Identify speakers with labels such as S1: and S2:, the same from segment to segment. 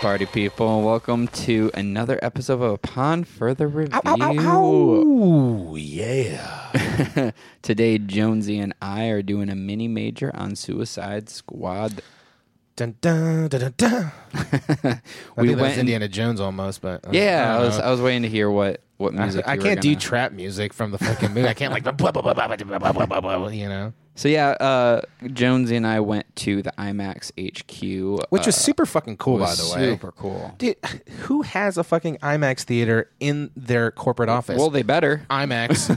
S1: party people, and welcome to another episode of Upon Further Review.
S2: Ooh, yeah.
S1: Today, Jonesy and I are doing a mini major on Suicide Squad.
S2: Dun, dun, dun, dun, dun. I
S1: we
S2: think that was
S1: went.
S2: Indiana Jones almost, but uh,
S1: yeah,
S2: I
S1: I,
S2: don't
S1: was.
S2: know.
S1: I was waiting to hear what what music.
S2: I
S1: you were
S2: can't do
S1: gonna-
S2: trap music from the fucking movie. I can't like blah, blah, blah, blah, blah, blah, blah, blah, blah, blah, you know,
S1: so yeah, uh, Jonesy and I went to the IMAX HQ,
S2: which was
S1: uh,
S2: super fucking cool, by
S1: was
S2: the way.
S1: super cool.
S2: Dude, who has a fucking IMAX theater in their corporate office?
S1: Well, they better.
S2: IMAX.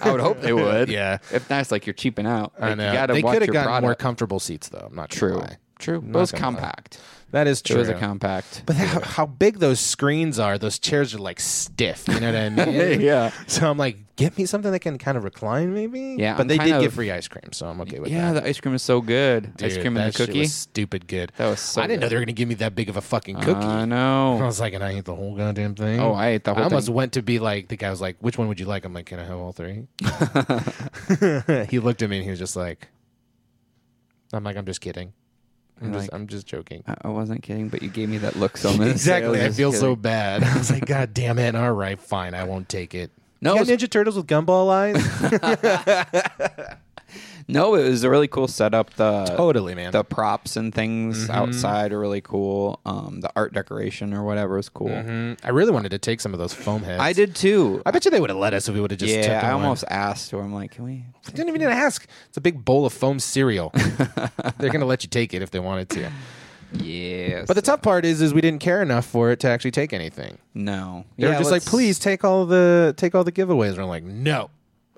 S1: I would hope they would.
S2: Yeah.
S1: If not, it's like you're cheaping out.
S2: I
S1: Like,
S2: know.
S1: You gotta
S2: they
S1: watch
S2: could
S1: your
S2: have gotten
S1: product.
S2: more comfortable seats, though. I'm not gonna
S1: True.
S2: lie.
S1: True. But it was
S2: gonna lie.
S1: compact.
S2: That is
S1: It
S2: true.
S1: was a compact.
S2: But how, how big those screens are, those chairs are like stiff. You know what I mean?
S1: Yeah.
S2: So I'm like, get me something that can kind of recline, maybe.
S1: Yeah,
S2: But
S1: I'm
S2: they
S1: kind
S2: did
S1: of-
S2: give free ice cream, so I'm okay with
S1: yeah,
S2: that.
S1: the ice cream is so good. ice
S2: Dude,
S1: cream and
S2: that
S1: the
S2: shit
S1: cookie.
S2: was stupid good.
S1: That was so
S2: I didn't know
S1: good.
S2: they were gonna give me that big of a fucking cookie.
S1: I
S2: I
S1: know.
S2: was like, and I ate the whole goddamn thing.
S1: Oh, I ate the whole
S2: I almost
S1: thing.
S2: went to be like, the guy was like, which one would you like? I'm like, can I have all three? he looked at me and he was just like, I'm like, I'm just kidding. I'm
S1: You're
S2: just,
S1: like-
S2: I'm just joking.
S1: I- I wasn't kidding, but you gave me that look so much.
S2: Exactly. I feel so bad. I was like, God damn it. All right, fine. I won't take it.
S1: No,
S2: You
S1: it
S2: got Ninja Turtles with gumball eyes?
S1: No, it was a really cool setup. The
S2: totally, Mm-hmm. man.
S1: the props and things outside are really cool. Um, the art decoration or whatever is cool.
S2: Mhm. I really wanted to take some of those foam heads.
S1: I did too.
S2: I bet you they would have let us if we would have just
S1: yeah,
S2: took
S1: I
S2: them
S1: almost asked her. I'm like, can we?
S2: I didn't even need to ask. It's a big bowl of foam cereal. They're gonna let you take it if they wanted to.
S1: Yes.
S2: But the tough part is, is we didn't care enough for it to actually take anything.
S1: no,
S2: They were
S1: Yeah,
S2: just like,
S1: let's-
S2: please take all the take all the giveaways. And I'm like, no,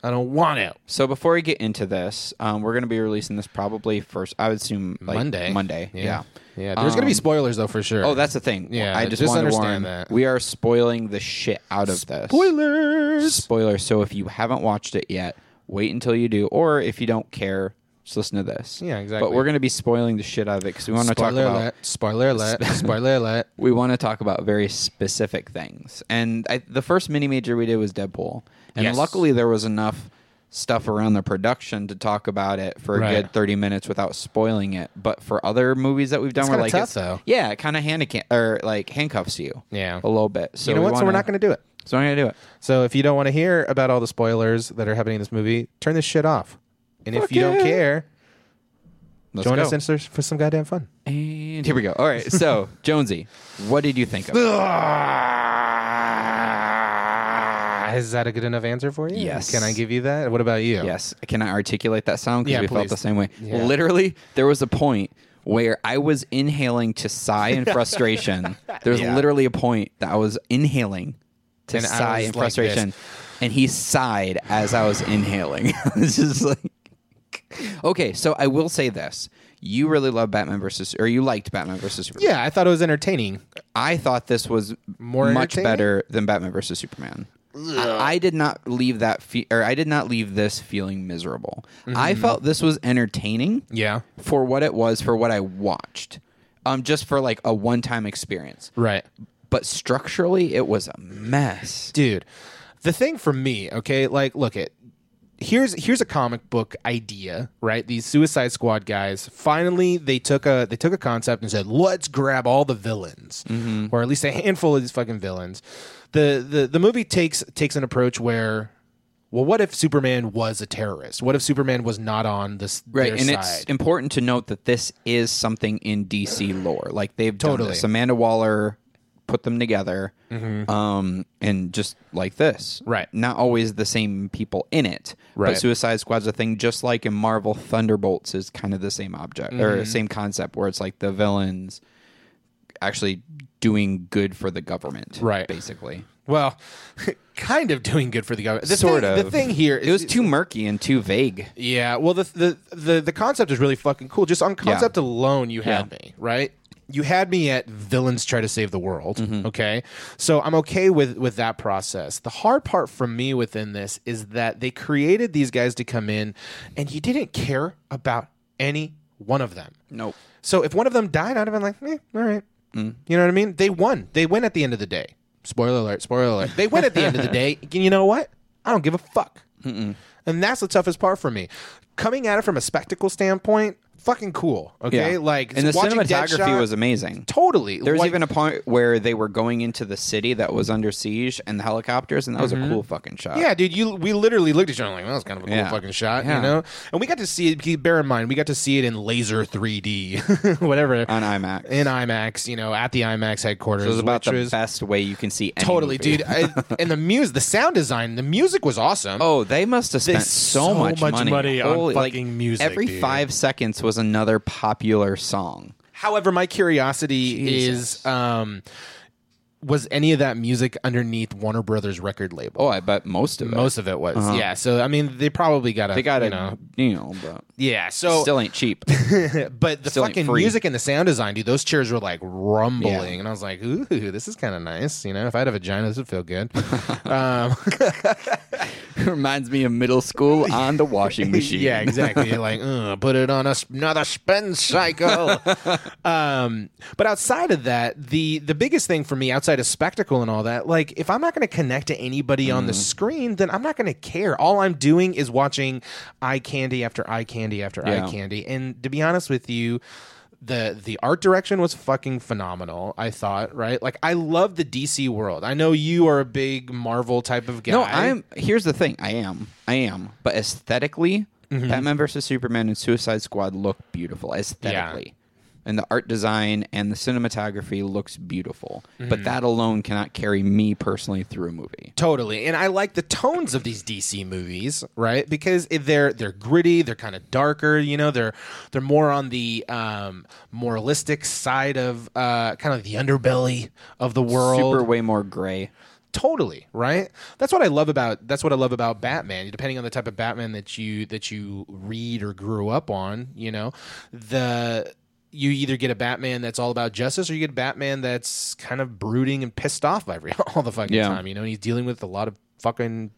S2: I don't want it.
S1: So before we get into this, um, we're going to be releasing this probably first. I would assume like,
S2: Monday,
S1: Monday, yeah.
S2: yeah. There's gonna be
S1: Um,
S2: spoilers though for sure.
S1: Oh, that's the thing.
S2: Yeah,
S1: I just,
S2: just
S1: want to warn
S2: understand that.
S1: we are spoiling the shit out of this.
S2: spoilers.
S1: Spoiler. So if you haven't watched it yet, wait until you do, or if you don't care, just listen to this.
S2: Yeah, exactly.
S1: But we're going to be spoiling the shit out of it because we want to talk
S2: Spoiler
S1: about
S2: alert! Spoiler alert! Spoiler alert!
S1: we want to talk about very specific things. And I, the first mini major we did was Deadpool, and
S2: Yes.
S1: luckily there was enough stuff around the production to talk about it for a
S2: Right.
S1: good 30 minutes without spoiling it. But for other movies that we've done,
S2: It's
S1: we're
S2: kinda
S1: like,
S2: tough,
S1: it's-
S2: though.
S1: yeah, it kind of handicap or like handcuffs you,
S2: Yeah.
S1: a little bit. So
S2: you know
S1: we
S2: what? so we're
S1: wanna-
S2: not gonna do it.
S1: So I'm gonna do it.
S2: So if you don't want to hear about all the spoilers that are happening in this movie, turn this shit off. And if
S1: Fuck
S2: you don't
S1: yeah.
S2: care,
S1: Let's
S2: join
S1: go.
S2: us in search for some goddamn fun.
S1: and here we go. All right. So Jonesy, what did you think of? it?
S2: Is that a good enough answer for you?
S1: Yes.
S2: Can I give you that? What about you?
S1: Yes. Can I articulate that sound? Because
S2: Yeah,
S1: we felt
S2: please.
S1: the same way.
S2: Yeah.
S1: Literally, there was a point where I was inhaling to sigh in frustration. There was
S2: Yeah.
S1: literally a point that I was inhaling to
S2: And I
S1: sigh
S2: was
S1: in
S2: like this.
S1: frustration. And he sighed as I was inhaling. it's just like Okay, so I will say this. You really love Batman versus or you liked Batman versus Superman.
S2: Yeah, I thought it was entertaining.
S1: I thought this was
S2: More
S1: much
S2: entertaining?
S1: better than Batman versus Superman. I, I did not leave that fe- or I did not leave this feeling miserable.
S2: Mm-hmm.
S1: I felt this was entertaining
S2: Yeah.
S1: for what it was, for what I watched. Um just for like a one-time experience.
S2: Right.
S1: But structurally it was a mess.
S2: Dude, the thing for me, okay, like look at here's here's a comic book idea, right? These Suicide Squad guys finally they took a they took a concept and said, "Let's grab all the villains."
S1: Mm-hmm.
S2: Or at least a handful of these fucking villains. The the the movie takes takes an approach where well, what if Superman was a terrorist? What if Superman was not on this
S1: Right,
S2: their
S1: and
S2: side?
S1: it's important to note that this is something in DC lore. Like they've totally.
S2: Totally. Mm-hmm.
S1: done this. Amanda Waller put them together, um, and just like this,
S2: Right.
S1: Not always the same people in it,
S2: Right.
S1: But Suicide Squad's a thing, just like in Marvel, Thunderbolts is kind of the same object
S2: Mm-hmm.
S1: or same concept, where it's like the villains actually doing good for the government,
S2: Right.
S1: Basically,
S2: Well, kind of doing good for the government. The
S1: sort
S2: thing,
S1: of.
S2: The thing here is
S1: it was too murky and too vague.
S2: Yeah. Well, the the the, the concept is really fucking cool. Just on concept alone, you had me right. You had me at villains try to save the world. Okay, so I'm okay with with that process. The hard part for me within this is that they created these guys to come in, and you didn't care about any one of them.
S1: Nope.
S2: So if one of them died, I'd have been like, eh, all right.
S1: Mm.
S2: You know what I mean? They won. They win at the end of the day. Spoiler alert, spoiler alert. They win at the end of the day. And You know what? I don't give a fuck. And that's the toughest part for me. Coming at it from a spectacle standpoint, fucking cool. Okay,
S1: Yeah.
S2: like
S1: and the
S2: watching
S1: cinematography
S2: Deadshot-
S1: was amazing.
S2: totally.
S1: There was
S2: like,
S1: even a point where they were going into the city that was under siege and the helicopters, and that was a cool fucking shot.
S2: Mm-hmm. Yeah, dude, you we literally looked at each other like, well, that's kind of a cool
S1: Yeah.
S2: fucking shot, you
S1: Yeah.
S2: know. And we got to see it. keep- Bear in mind, we got to see it in laser 3D, whatever,
S1: on IMAX.
S2: in IMAX. You know, at the IMAX headquarters.
S1: it was about
S2: which
S1: the best way you can see. Any
S2: totally,
S1: movie.
S2: dude. I, and the music, the sound design, the music was awesome.
S1: Oh, they must have spent so,
S2: so
S1: much,
S2: much
S1: money,
S2: money on
S1: like,
S2: fucking music,
S1: Every
S2: dude.
S1: five seconds was another popular song.
S2: However, my curiosity
S1: Jesus.
S2: is, um, was any of that music underneath Warner Brothers record label?
S1: Oh, I bet most of it.
S2: Most of it was, yeah. So I mean, they probably got a,
S1: they got
S2: you
S1: a
S2: know, Oh.
S1: you know, but
S2: yeah. So
S1: still ain't cheap.
S2: but the
S1: Still ain't
S2: fucking
S1: free.
S2: music and the sound design, dude, those chairs were like rumbling, and I was like, "Ooh, this is kind of nice." You know, if I had a vagina, this would feel good. um,
S1: Reminds me of middle school on the washing machine.
S2: yeah, exactly. like, "Ugh, put it on a s- another spin cycle. um, but outside of that, the the biggest thing for me outside of spectacle and all that, like, if I'm not going to connect to anybody on
S1: Mm.
S2: the screen, then I'm not going to care. All I'm doing is watching eye candy after eye candy after
S1: Yeah.
S2: eye candy. And to be honest with you. the the art direction was fucking phenomenal. I thought, right? Like I love the DC world. I know you are a big Marvel type of guy.
S1: No, I'm. Here's the thing. I am. I am. But aesthetically,
S2: Mm-hmm.
S1: Batman versus Superman and Suicide Squad look beautiful aesthetically, and the art design and the cinematography looks beautiful.
S2: Mm-hmm.
S1: But that alone cannot carry me personally through a movie.
S2: Totally, and I like the tones of these DC movies, right? Because if they're they're gritty, they're kind of darker, you know. They're they're more on the um, moralistic side of uh, kind of the underbelly of the world.
S1: Super way more gray.
S2: Totally, right? That's what I love about that's what I love about Batman. Depending on the type of Batman that you that you read or grew up on, you know, the you either get a Batman that's all about justice or you get a Batman that's kind of brooding and pissed off every all the fucking
S1: Yeah.
S2: time, you know, and he's dealing with a lot of fucking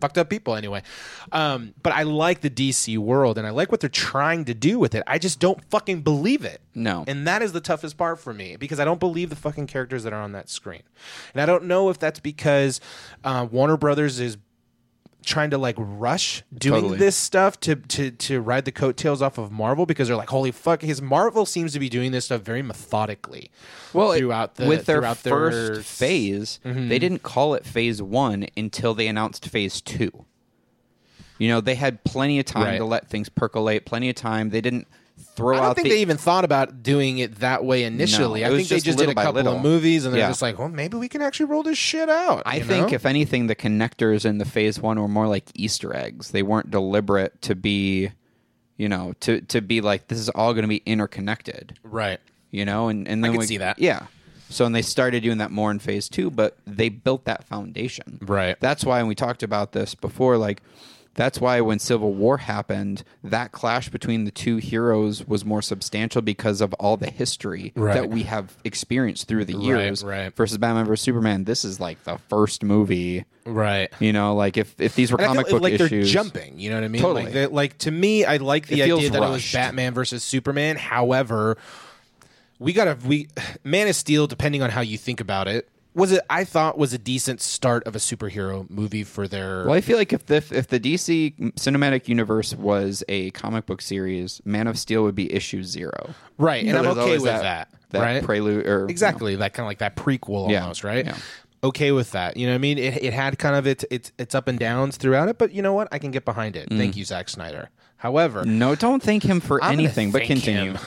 S2: fucked up people anyway. Um, but I like the DC world and I like what they're trying to do with it. I just don't fucking believe it.
S1: No.
S2: And that is the toughest part for me because I don't believe the fucking characters that are on that screen. And I don't know if that's because uh, Warner Brothers is trying to like rush doing
S1: Totally.
S2: this stuff to, to to ride the coattails off of Marvel because they're like, holy fuck, his Marvel seems to be doing this stuff very methodically.
S1: well it-
S2: throughout the-
S1: with their
S2: throughout their
S1: first
S2: s- Mm-hmm.
S1: phase they didn't call it phase one until they announced phase two you know they had plenty of time
S2: Right.
S1: to let things percolate plenty of time they didn't throw
S2: I don't
S1: out
S2: think
S1: the
S2: they even thought about doing it that way initially.
S1: No,
S2: I
S1: it was
S2: think they
S1: just
S2: just did
S1: little
S2: a
S1: by
S2: couple
S1: little.
S2: of movies and they're
S1: Yeah.
S2: just like, well, maybe we can actually roll this shit out.
S1: I
S2: you
S1: think,
S2: know?
S1: if anything, the connectors in the phase one were more like Easter eggs. They weren't deliberate to be, you know, to to be like this is all going to be interconnected,
S2: right.
S1: you know. And and then
S2: could
S1: we,
S2: see that.
S1: yeah. So and they started doing that more in phase two, but they built that foundation,
S2: Right.
S1: That's why and we talked about this before, like. That's why when Civil War happened, that clash between the two heroes was more substantial because of all the history
S2: Right.
S1: that we have experienced through the years.
S2: right.
S1: Versus Batman versus Superman, this is like the first movie
S2: Right.
S1: you know, like if if these were
S2: And I feel
S1: comic book
S2: like
S1: issues,
S2: they're jumping. You know what I mean?
S1: Totally.
S2: Like, they're- like to me, I like the
S1: It feels
S2: idea that it was
S1: rushed.
S2: Batman versus Superman. However, we got to we Man of Steel. Depending on how you think about it, was it I thought was a decent start of a superhero movie for their.
S1: Well, I feel like if the if the DC cinematic universe was a comic book series, Man of Steel would be issue zero.
S2: Right, and
S1: So
S2: I'm
S1: there's
S2: okay
S1: always
S2: with that.
S1: that
S2: right,
S1: prelude or you know.
S2: exactly that kind of like that prequel
S1: Yeah,
S2: almost, right?
S1: yeah.
S2: Okay with that. You know what I mean? It, it had kind of its its its up and downs throughout it, but you know what? I can get behind it.
S1: Mm.
S2: Thank you, Zack Snyder. However,
S1: No, don't thank him for
S2: I'm gonna
S1: anything, but
S2: thank
S1: continue.
S2: him.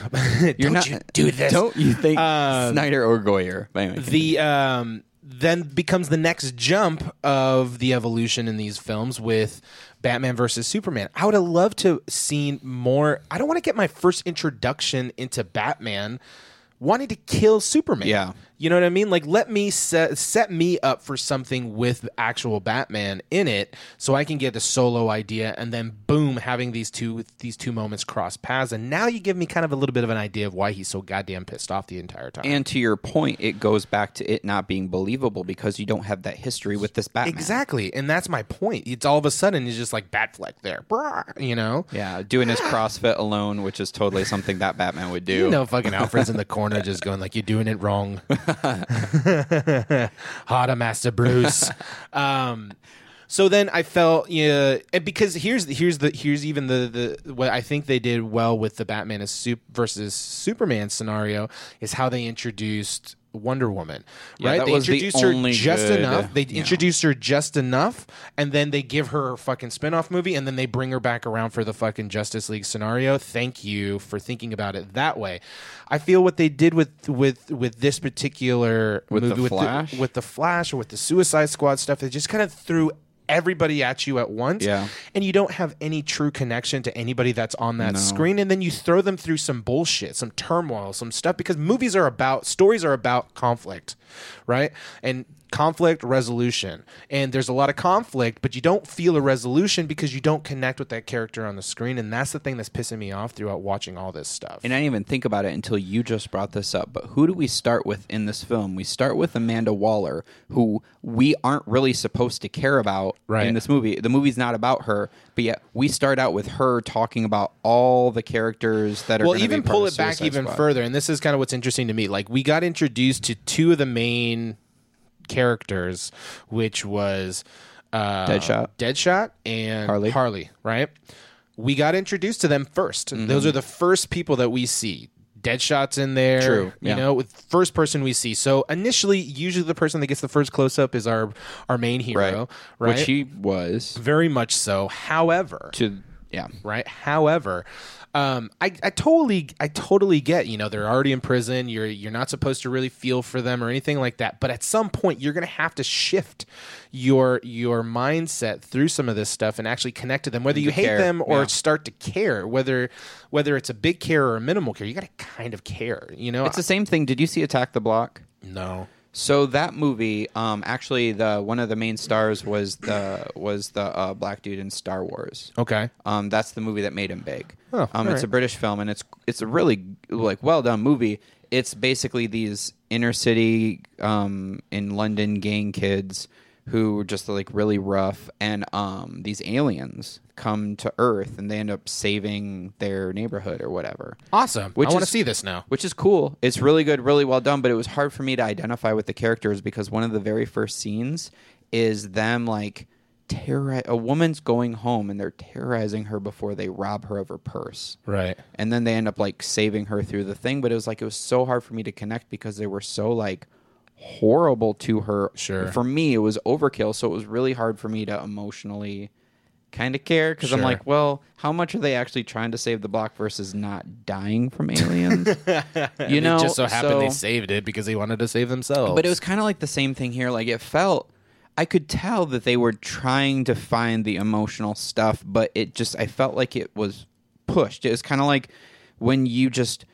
S1: You're
S2: Don't
S1: not
S2: you do this. Um,
S1: Don't you think Snyder or Goyer? But anyway,
S2: the um then becomes the next jump of the evolution in these films with Batman versus Superman. I would have loved to seen more. I don't want to get my first introduction into Batman wanting to kill Superman.
S1: Yeah.
S2: You know what I mean? Like let me set, set me up for something with actual Batman in it so I can get a solo idea and then boom having these two these two moments cross paths and now you give me kind of a little bit of an idea of why he's so goddamn pissed off the entire time.
S1: and to your point, it goes back to it not being believable because you don't have that history with this Batman.
S2: Exactly, and that's my point. It's all of a sudden it's just like Batfleck there, Brrr, you know.
S1: Yeah, doing his CrossFit alone, which is totally something that Batman would do.
S2: You know, fucking Alfred's in the corner just going like, "You're doing it wrong." Hotter, Master Bruce. Um, So then I felt yeah, and because here's here's the here's even the the what I think they did well with the Batman is sup- versus Superman scenario is how they introduced Wonder Woman,
S1: Yeah,
S2: right?
S1: that
S2: They
S1: was the
S2: introduced her
S1: only
S2: just
S1: good-
S2: enough. They
S1: yeah.
S2: introduce her just enough, and then they give her her fucking spinoff movie, and then they bring her back around for the fucking Justice League scenario. Thank you for thinking about it that way. I feel what they did with with with this particular
S1: With the
S2: movie,
S1: Flash?
S2: with the Flash or with the Suicide Squad stuff, they just kind of threw everybody at you at once,
S1: Yeah.
S2: and you don't have any true connection to anybody that's on that
S1: No.
S2: screen, and then you throw them through some bullshit, some turmoil, some stuff because movies are about stories are about conflict, right? And conflict resolution. And there's a lot of conflict, but you don't feel a resolution because you don't connect with that character on the screen, and that's the thing that's pissing me off throughout watching all this stuff.
S1: and I didn't even think about it until you just brought this up. But who do we start with in this film? We start with Amanda Waller, who we aren't really supposed to care about
S2: Right.
S1: in this movie. The movie's not about her, but yet we start out with her talking about all the characters that are.
S2: well
S1: gonna
S2: even
S1: be part
S2: pull
S1: of
S2: it back
S1: Suicide
S2: even
S1: Squad.
S2: further and this is kind of what's interesting to me like we got introduced to two of the main characters which was uh,
S1: Deadshot.
S2: deadshot and
S1: Harley.
S2: harley right we got introduced to them 1st
S1: Mm-hmm.
S2: those are the first people that we see deadshot's in there
S1: True,
S2: you
S1: yeah.
S2: know with first person we see so initially usually the person that gets the first close-up is our our main hero right,
S1: Which he was
S2: very much so however
S1: to yeah.
S2: right? However, um, I, I totally I totally get you know they're already in prison. You're you're not supposed to really feel for them or anything like that. But at some point, you're going to have to shift your your mindset through some of this stuff and actually connect to them, whether you hate
S1: care,
S2: them or
S1: yeah.
S2: start to care. Whether whether it's a big care or a minimal care, you got to kind of care. You know,
S1: It's the same thing. Did you see Attack the Block?
S2: no.
S1: So that movie, um, actually, the one of the main stars was the was the uh, black dude in Star Wars.
S2: Okay.
S1: Um, that's the movie that made him big.
S2: Oh,
S1: um,
S2: all
S1: it's
S2: right.
S1: a British film, and it's it's a really like well done movie. It's basically these inner city um, in London gang kids who are just like really rough, and um, these aliens come to Earth, and they end up saving their neighborhood or whatever.
S2: Awesome.
S1: Which
S2: I want to
S1: is-
S2: see this now.
S1: Which is cool. It's really good, really well done, but it was hard for me to identify with the characters because one of the very first scenes is them like terrorize a woman's going home and they're terrorizing her before they rob her of her purse.
S2: Right.
S1: And then they end up like saving her through the thing, but it was like it was so hard for me to connect because they were so like horrible to her.
S2: Sure.
S1: For me, it was overkill, so it was really hard for me to emotionally kind of care because I'm
S2: Sure.
S1: like, well, how much are they actually trying to save the block versus not dying from aliens? you know,
S2: it just so happened they
S1: so-
S2: saved it because they wanted to save themselves.
S1: but it was kind of like the same thing here. Like it felt, I could tell that they were trying to find the emotional stuff, but it just, I felt like it was pushed. It was kind of like when you just.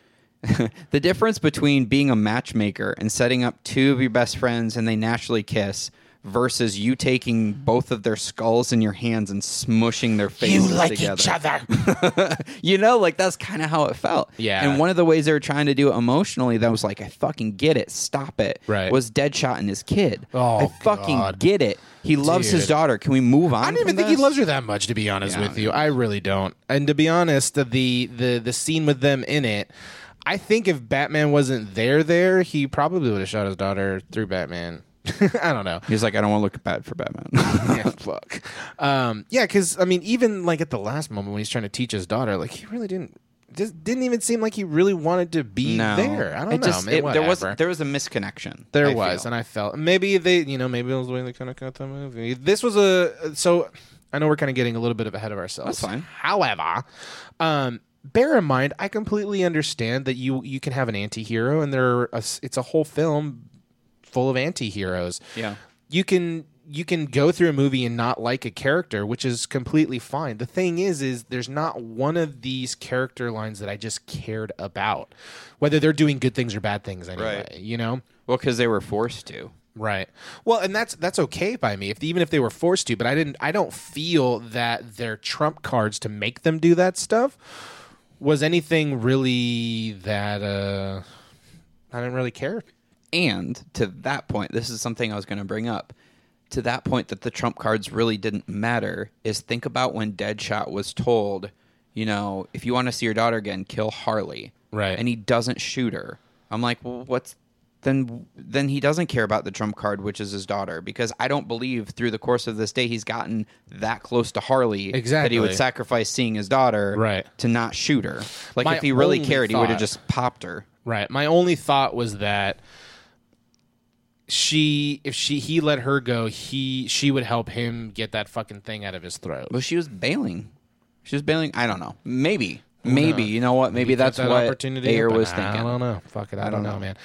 S1: the difference between being a matchmaker and setting up two of your best friends and they naturally kiss versus you taking both of their skulls in your hands and smushing their faces together
S2: other.
S1: you know, like that's kind of how it felt.
S2: Yeah.
S1: And one of the ways they were trying to do it emotionally that was like, I fucking get it. Stop it.
S2: Right.
S1: Was Deadshot and his kid.
S2: Oh,
S1: I fucking
S2: God.
S1: get it. He loves his
S2: Dude.
S1: daughter. Can we move on?
S2: I don't even think he loves her that much, to be honest
S1: Yeah,
S2: with you. I really don't. And to be honest, the the the scene with them in it, I think if Batman wasn't there, there he probably would have shot his daughter through Batman. I don't know.
S1: He's like, I don't want to look bad for Batman.
S2: Yeah, fuck. Um, yeah, because I mean, even like at the last moment when he's trying to teach his daughter, like he really didn't. Just didn't even seem like he really wanted to be
S1: no.
S2: there. I don't
S1: It
S2: know.
S1: just-
S2: man,
S1: it- there was
S2: whatever.
S1: there was a misconnection.
S2: There
S1: I
S2: was,
S1: feel.
S2: and I felt maybe they, you know, maybe it was the way they kind of cut the movie. This was a so I know we're kind of getting a little bit ahead of ourselves.
S1: That's fine.
S2: However, um, bear in mind, I completely understand that you you can have an anti-hero and there are a s it's a whole film full of anti-heroes.
S1: Yeah.
S2: You can you can go through a movie and not like a character, which is completely fine. The thing is is there's not one of these character lines that I just cared about, whether they're doing good things or bad things anyway,
S1: Right.
S2: you know?
S1: Well, because they were forced to.
S2: Right. Well, and that's that's okay by me if even if they were forced to, but I didn't I don't feel that their trump cards to make them do that stuff was anything really that uh I didn't really care.
S1: And to that point, this is something I was going to bring up. To that point, that the trump cards really didn't matter is think about when Deadshot was told, you know, if you want to see your daughter again, kill Harley.
S2: Right.
S1: And he doesn't shoot her. I'm like, well, what's then then he doesn't care about the trump card, which is his daughter, because I don't believe through the course of this day he's gotten that close to Harley that he
S2: Exactly.
S1: would sacrifice seeing his daughter
S2: Right.
S1: to not shoot her. Like
S2: My
S1: if he really
S2: only
S1: cared, he would
S2: thought-
S1: have just popped her.
S2: Right. My only thought was that she if she he let her go, he she would help him get that fucking thing out of his throat.
S1: Well, she was bailing. She was bailing. I don't know. Maybe. Maybe you know what? Maybe,
S2: cut
S1: that's
S2: that
S1: what
S2: opportunity
S1: Ayer
S2: up, and
S1: was
S2: I
S1: thinking.
S2: don't know. Fuck it. I, don't, know, man.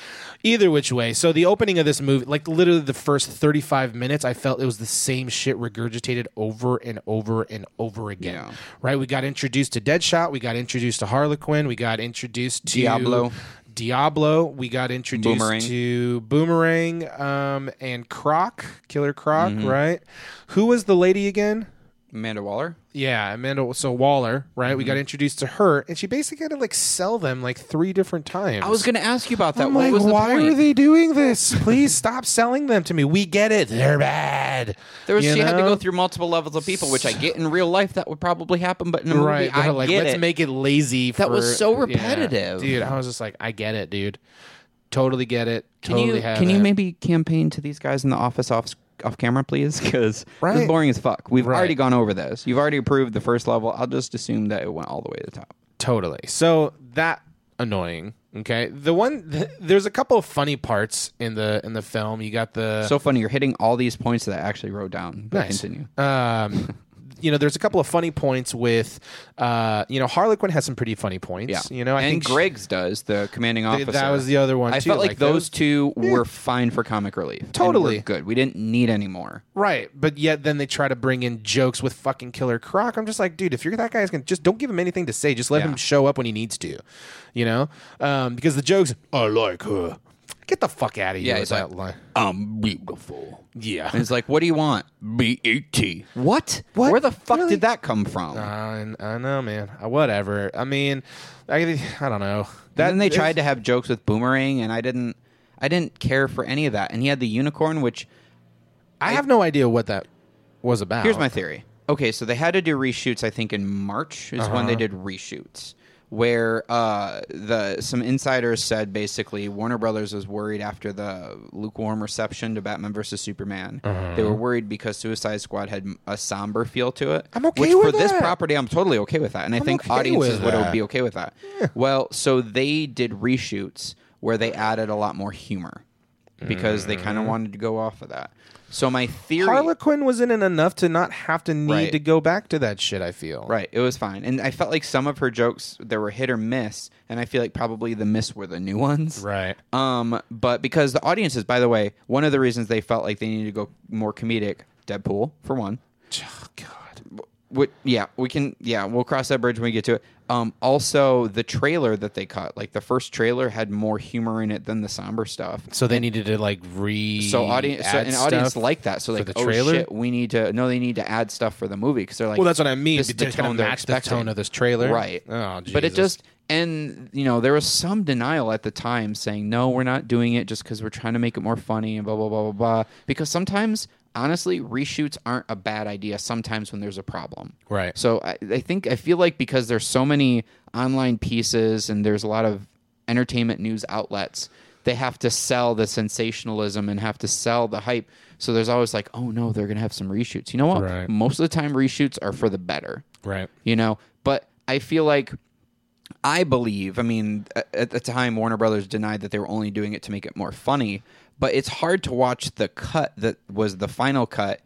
S2: Either which way. So the opening of this movie, like literally the first 35 minutes, I felt it was the same shit regurgitated over and over and over again.
S1: Yeah.
S2: Right? We got introduced to Deadshot. We got introduced to Harlequin. We got introduced to
S1: Diablo.
S2: Diablo. We got introduced
S1: Boomerang.
S2: to Boomerang um, and Croc, Killer Croc,
S1: Mm-hmm.
S2: right? Who was the lady again?
S1: Amanda Waller.
S2: Yeah, Amanda. So Waller, right? We got
S1: Mm-hmm.
S2: introduced to her, and she basically had to like sell them like three different times.
S1: I was going to ask you about that.
S2: I'm
S1: what
S2: like,
S1: was the
S2: why
S1: point?
S2: are they doing this? Please stop selling them to me. We get it; they're bad.
S1: There was,
S2: You
S1: she had to
S2: know?
S1: go through multiple levels of people, which I get in real life that would probably happen, but in a movie,
S2: Right,
S1: I
S2: they're like,
S1: get
S2: let's
S1: it.
S2: make it lazy.
S1: That
S2: for-
S1: was so
S2: yeah.
S1: repetitive.
S2: dude. I was just like, I get it, dude. Totally get it.
S1: can
S2: totally
S1: you
S2: have
S1: can you
S2: it.
S1: maybe campaign to these guys in the office off off camera, please? Because this
S2: Right.
S1: is boring as fuck. We've
S2: Right.
S1: already gone over this. You've already approved the first level. I'll just assume that it went all the way to the top.
S2: Totally. So that annoying. Okay. The one there's a couple of funny parts in the in the film. You got the
S1: So funny, you're hitting all these points that I actually wrote down. But
S2: Nice.
S1: Continue.
S2: Um, you know, there's a couple of funny points with, uh, you know, Harlequin has some pretty funny points.
S1: Yeah,
S2: You know, I
S1: and
S2: think she-
S1: Griggs does the commanding
S2: th-
S1: officer.
S2: that was the other one.
S1: I
S2: too,
S1: felt like, those,
S2: that-
S1: two were fine for comic relief. and were
S2: Totally.
S1: good. We didn't need any more.
S2: right, but yet then they try to bring in jokes with fucking Killer Croc. I'm just like, dude, if you're that guy's gonna just don't give him anything to say. Just let
S1: Yeah.
S2: him show up when he needs to. You know, um, because the jokes, I like her. Get the fuck out of here
S1: Yeah,
S2: with
S1: he's
S2: that line.
S1: I'm beautiful.
S2: Yeah.
S1: And it's like, what do you want? B E T. What?
S2: What?
S1: Where the fuck
S2: Really? Uh,
S1: did that come from?
S2: I, I know, man. Uh, Whatever. I mean, I, I don't know.
S1: and
S2: That
S1: then they
S2: is-
S1: tried to have jokes with Boomerang, and I didn't, I didn't care for any of that. And he had the unicorn, which
S2: I have no idea what that was about.
S1: Here's my theory. Okay, so they had to do reshoots. I think in March is when they
S2: Uh-huh.
S1: did reshoots, where uh, the some insiders said basically Warner Brothers was worried after the lukewarm reception to Batman versus Superman.
S2: Uh-huh.
S1: They were worried because Suicide Squad had a somber feel to it.
S2: I'm okay
S1: which for
S2: with
S1: this
S2: that.
S1: property. I'm totally okay with that, and I think
S2: okay
S1: audiences
S2: with
S1: would
S2: that.
S1: be okay with that. Well, so they did reshoots where they added a lot more humor because they kind of
S2: Mm-hmm.
S1: wanted to go off of that. So my theory.
S2: Harlequin was in it enough to not have to need
S1: Right.
S2: to go back to that shit. I feel
S1: Right. It was fine. And I felt like some of her jokes there were hit or miss, and I feel like probably the miss were the new ones.
S2: right.
S1: Um, but because the audiences, by the way, one of the reasons they felt like they needed to go more comedic, Deadpool, for one.
S2: Oh, God,
S1: What yeah, we can yeah, we'll cross that bridge when we get to it. Um also the trailer that they cut, like the first trailer had more humor in it than the somber stuff.
S2: so they needed to like re
S1: So audience so
S2: add
S1: an audience
S2: stuff?
S1: like that. So like
S2: the
S1: oh
S2: trailer?
S1: shit, we need to no, they need to add stuff for the movie because they're like
S2: Well, that's what I mean.
S1: This is the
S2: Just gonna
S1: tone they're
S2: match the
S1: expecting.
S2: tone of this trailer,
S1: Right.
S2: Oh,
S1: But it
S2: Jesus.
S1: just and you know there was some denial at the time saying no, we're not doing it just because we're trying to make it more funny and blah blah blah blah blah. Because sometimes, honestly, reshoots aren't a bad idea. Sometimes when there's a problem,
S2: Right.
S1: So I, I think I feel like because there's so many online pieces and there's a lot of entertainment news outlets. They have to sell the sensationalism and have to sell the hype. So there's always like, oh no, they're going to have some reshoots. You know what?
S2: Right.
S1: Most of the time, reshoots are for the better
S2: right.
S1: you know but i feel like i believe i mean a- at the time warner brothers denied that they were only doing it to make it more funny but it's hard to watch the cut that was the final cut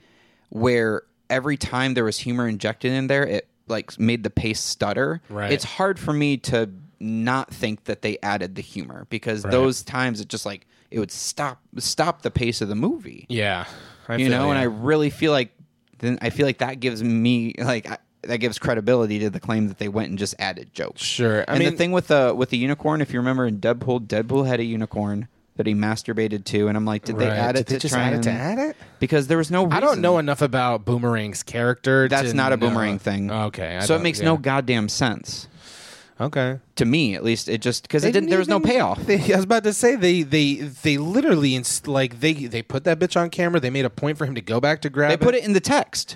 S1: where every time there was humor injected in there it like made the pace stutter
S2: Right.
S1: it's hard for me to not think that they added the humor because those times it just like it would stop stop the pace of the movie
S2: Yeah, I
S1: you
S2: feel
S1: know, and I
S2: ya.
S1: really feel like then I feel like that gives me like I, that gives credibility to the claim that they went and just added jokes.
S2: sure. I
S1: and
S2: mean,
S1: the thing with the with the unicorn, if you remember in Deadpool, Deadpool had a unicorn that he masturbated to, and I'm like, did they
S2: Right.
S1: add it
S2: Did they
S1: to
S2: just
S1: try
S2: add it to
S1: and-
S2: add it?
S1: Because there was no. Reason.
S2: I don't know enough about Boomerang's character.
S1: That's
S2: to
S1: not a
S2: know-
S1: boomerang thing.
S2: Okay, I
S1: so it
S2: don't-
S1: makes
S2: yeah.
S1: no goddamn sense
S2: Okay.
S1: to me, at least. It just because it didn't. There was no
S2: even-
S1: payoff.
S2: They, I was about to say they they they literally inst- like they they put that bitch on camera. They made a point for him to go back to grab.
S1: They put it in the text.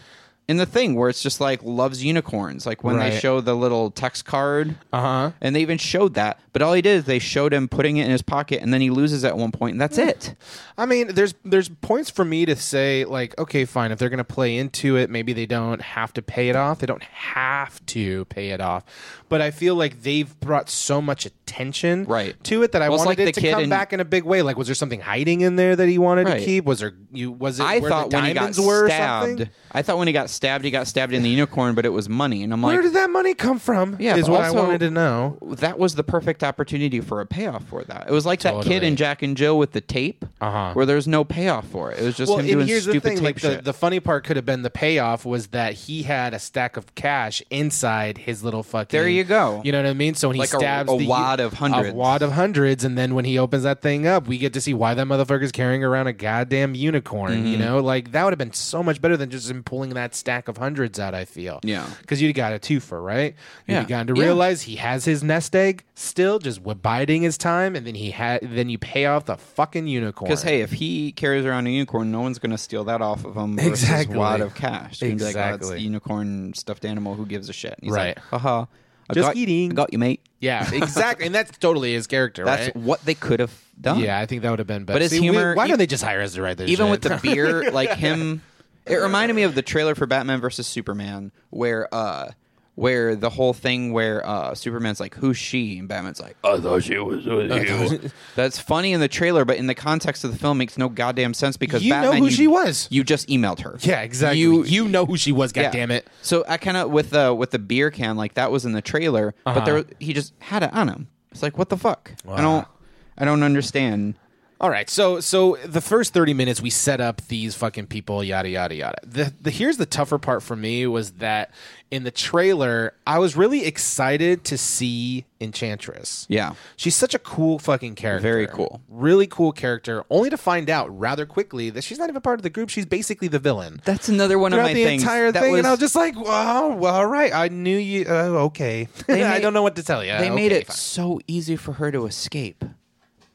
S1: in the thing where it's just like loves unicorns. Like when they
S2: Right.
S1: show the little text card,
S2: Uh huh.
S1: and they even showed that. But all he did is they showed him putting it in his pocket, and then he loses at one point, and that's it.
S2: I mean, there's there's points for me to say like, okay, fine. If they're going to play into it, maybe they don't have to pay it off. They don't have to pay it off. But I feel like they've brought so much attention
S1: Right.
S2: to it that I
S1: Well, it's
S2: wanted
S1: like
S2: it
S1: the
S2: to
S1: kid
S2: come
S1: in-
S2: back in a big way. Like, was there something hiding in there that he wanted
S1: Right.
S2: to keep? Was there you was it?
S1: I
S2: where
S1: thought
S2: the
S1: when he got
S2: diamonds were or something?
S1: stabbed, I thought when he got stabbed, he got stabbed in the unicorn, but it was money, and I'm
S2: Where
S1: like,
S2: did that money come from?
S1: Yeah,
S2: is
S1: but
S2: what
S1: also-
S2: I wanted to know.
S1: that was the perfect opportunity for a payoff for that. It was like that kid
S2: Totally.
S1: in Jack and Jill with the tape,
S2: Uh-huh.
S1: where there's no payoff for it. It was just him doing stupid tape
S2: like the,
S1: shit.
S2: the funny part could have been the payoff was that he had a stack of cash inside his little fucking.
S1: There you go.
S2: You know what I mean? So when he
S1: Like a-
S2: stabs
S1: a
S2: the,
S1: wad of hundreds.
S2: a wad of hundreds, and then when he opens that thing up, we get to see why that motherfucker's carrying around a goddamn unicorn.
S1: Mm-hmm.
S2: You know, like that would have been so much better than just him pulling that stack of hundreds out. I feel.
S1: Yeah.
S2: because you'd got a twofer, right? You'd
S1: Yeah.
S2: have gotten to
S1: Yeah.
S2: realize he has his nest egg still, just biding his time, and then he had then you pay off the fucking unicorn.
S1: Because hey, if he carries around a unicorn, no one's going to steal that off of him. versus
S2: Exactly.
S1: wad of cash. They're gonna be like, "Oh, it's
S2: Exactly.
S1: the unicorn stuffed animal. Who gives a shit? And he's
S2: Right.
S1: Like, Haha. I
S2: Just
S1: got,
S2: kidding.
S1: I got you, mate.
S2: Yeah, exactly. and that's totally his character,
S1: That's
S2: right?
S1: what they could have done.
S2: Yeah, I think that would have been better.
S1: But his
S2: See, we-
S1: humor-
S2: why
S1: e-
S2: don't they just hire us to write this?
S1: Even
S2: shit?
S1: with the beer, like him, it reminded me of the trailer for Batman versus Superman, where uh, where the whole thing where uh, Superman's like, "Who's she?" and Batman's like, "I thought she was with you." That's funny in the trailer, but in the context of the film, makes no goddamn sense because
S2: You know
S1: Batman,
S2: who
S1: you-
S2: she was.
S1: You just emailed her.
S2: yeah, exactly.
S1: You
S2: You you know who she was. God
S1: Yeah.
S2: damn it.
S1: So I kind of with the with the beer can like that was in the trailer, but there
S2: Uh-huh.
S1: he just had it on him. It's like what the fuck? I don't I don't understand.
S2: All right, so so the first thirty minutes we set up these fucking people, yada yada yada. The, the here's the tougher part for me was that in the trailer I was really excited to see Enchantress.
S1: Yeah.
S2: She's such a cool fucking character.
S1: Very cool.
S2: Really cool character. Only to find out rather quickly that she's not even part of the group. She's basically the villain.
S1: That's another one of
S2: throughout
S1: my
S2: the
S1: things.
S2: entire
S1: that
S2: thing,
S1: was-
S2: and I was just like, "Wow, well, all right, I knew you." Uh, okay, I
S1: made-
S2: don't know what to tell you.
S1: they
S2: Uh, Okay,
S1: made it
S2: fine.
S1: so easy for her to escape.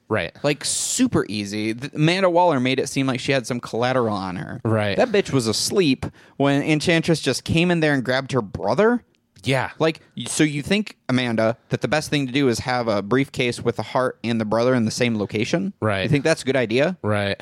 S2: right.
S1: Like super easy. Th- Amanda Waller made it seem like she had some collateral on her.
S2: Right.
S1: That bitch was asleep when Enchantress just came in there and grabbed her brother.
S2: Yeah,
S1: Like, so you think, Amanda, that the best thing to do is have a briefcase with the heart and the brother in the same location?
S2: Right.
S1: You think that's a good idea?
S2: right.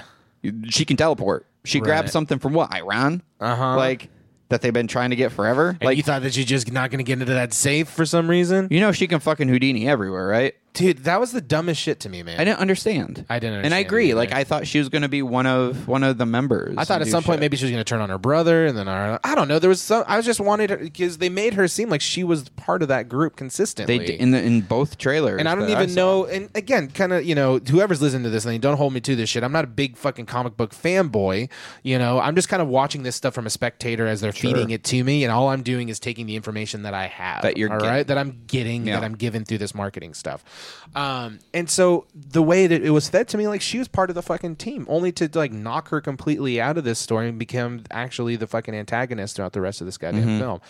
S1: She can teleport. She grabbed something from what, Iran? Uh
S2: Uh-huh.
S1: Like, that they've been trying to get forever?
S2: Like
S1: like,
S2: you thought that you're just not going to get into that safe for some reason,
S1: you know, she can fucking Houdini everywhere, right?
S2: dude. That was the dumbest shit to me, man.
S1: I didn't understand.
S2: I didn't
S1: and I
S2: understand
S1: agree.
S2: either.
S1: Like I thought she was going to be one of one of the members.
S2: I thought at some point maybe she was going to turn on her brother, and then our, I don't know. There was some. I was just wanted her because they made her seem like she was part of that group consistently.
S1: they d- in the in both trailers.
S2: And I don't
S1: that
S2: even
S1: saw.
S2: know. And again, kind of, you know, whoever's listening to this, and don't hold me to this shit. I'm not a big fucking comic book fanboy. You know, I'm just kind of watching this stuff from a spectator as they're feeding it to me, and all I'm doing is taking the information that I have
S1: That you're
S2: all
S1: getting.
S2: right? that I'm getting,
S1: Yeah.
S2: that I'm given through this marketing stuff. Um, and so the way that it was fed to me, like she was part of the fucking team, only to like knock her completely out of this story and become actually the fucking antagonist throughout the rest of this goddamn
S1: Mm-hmm.
S2: film.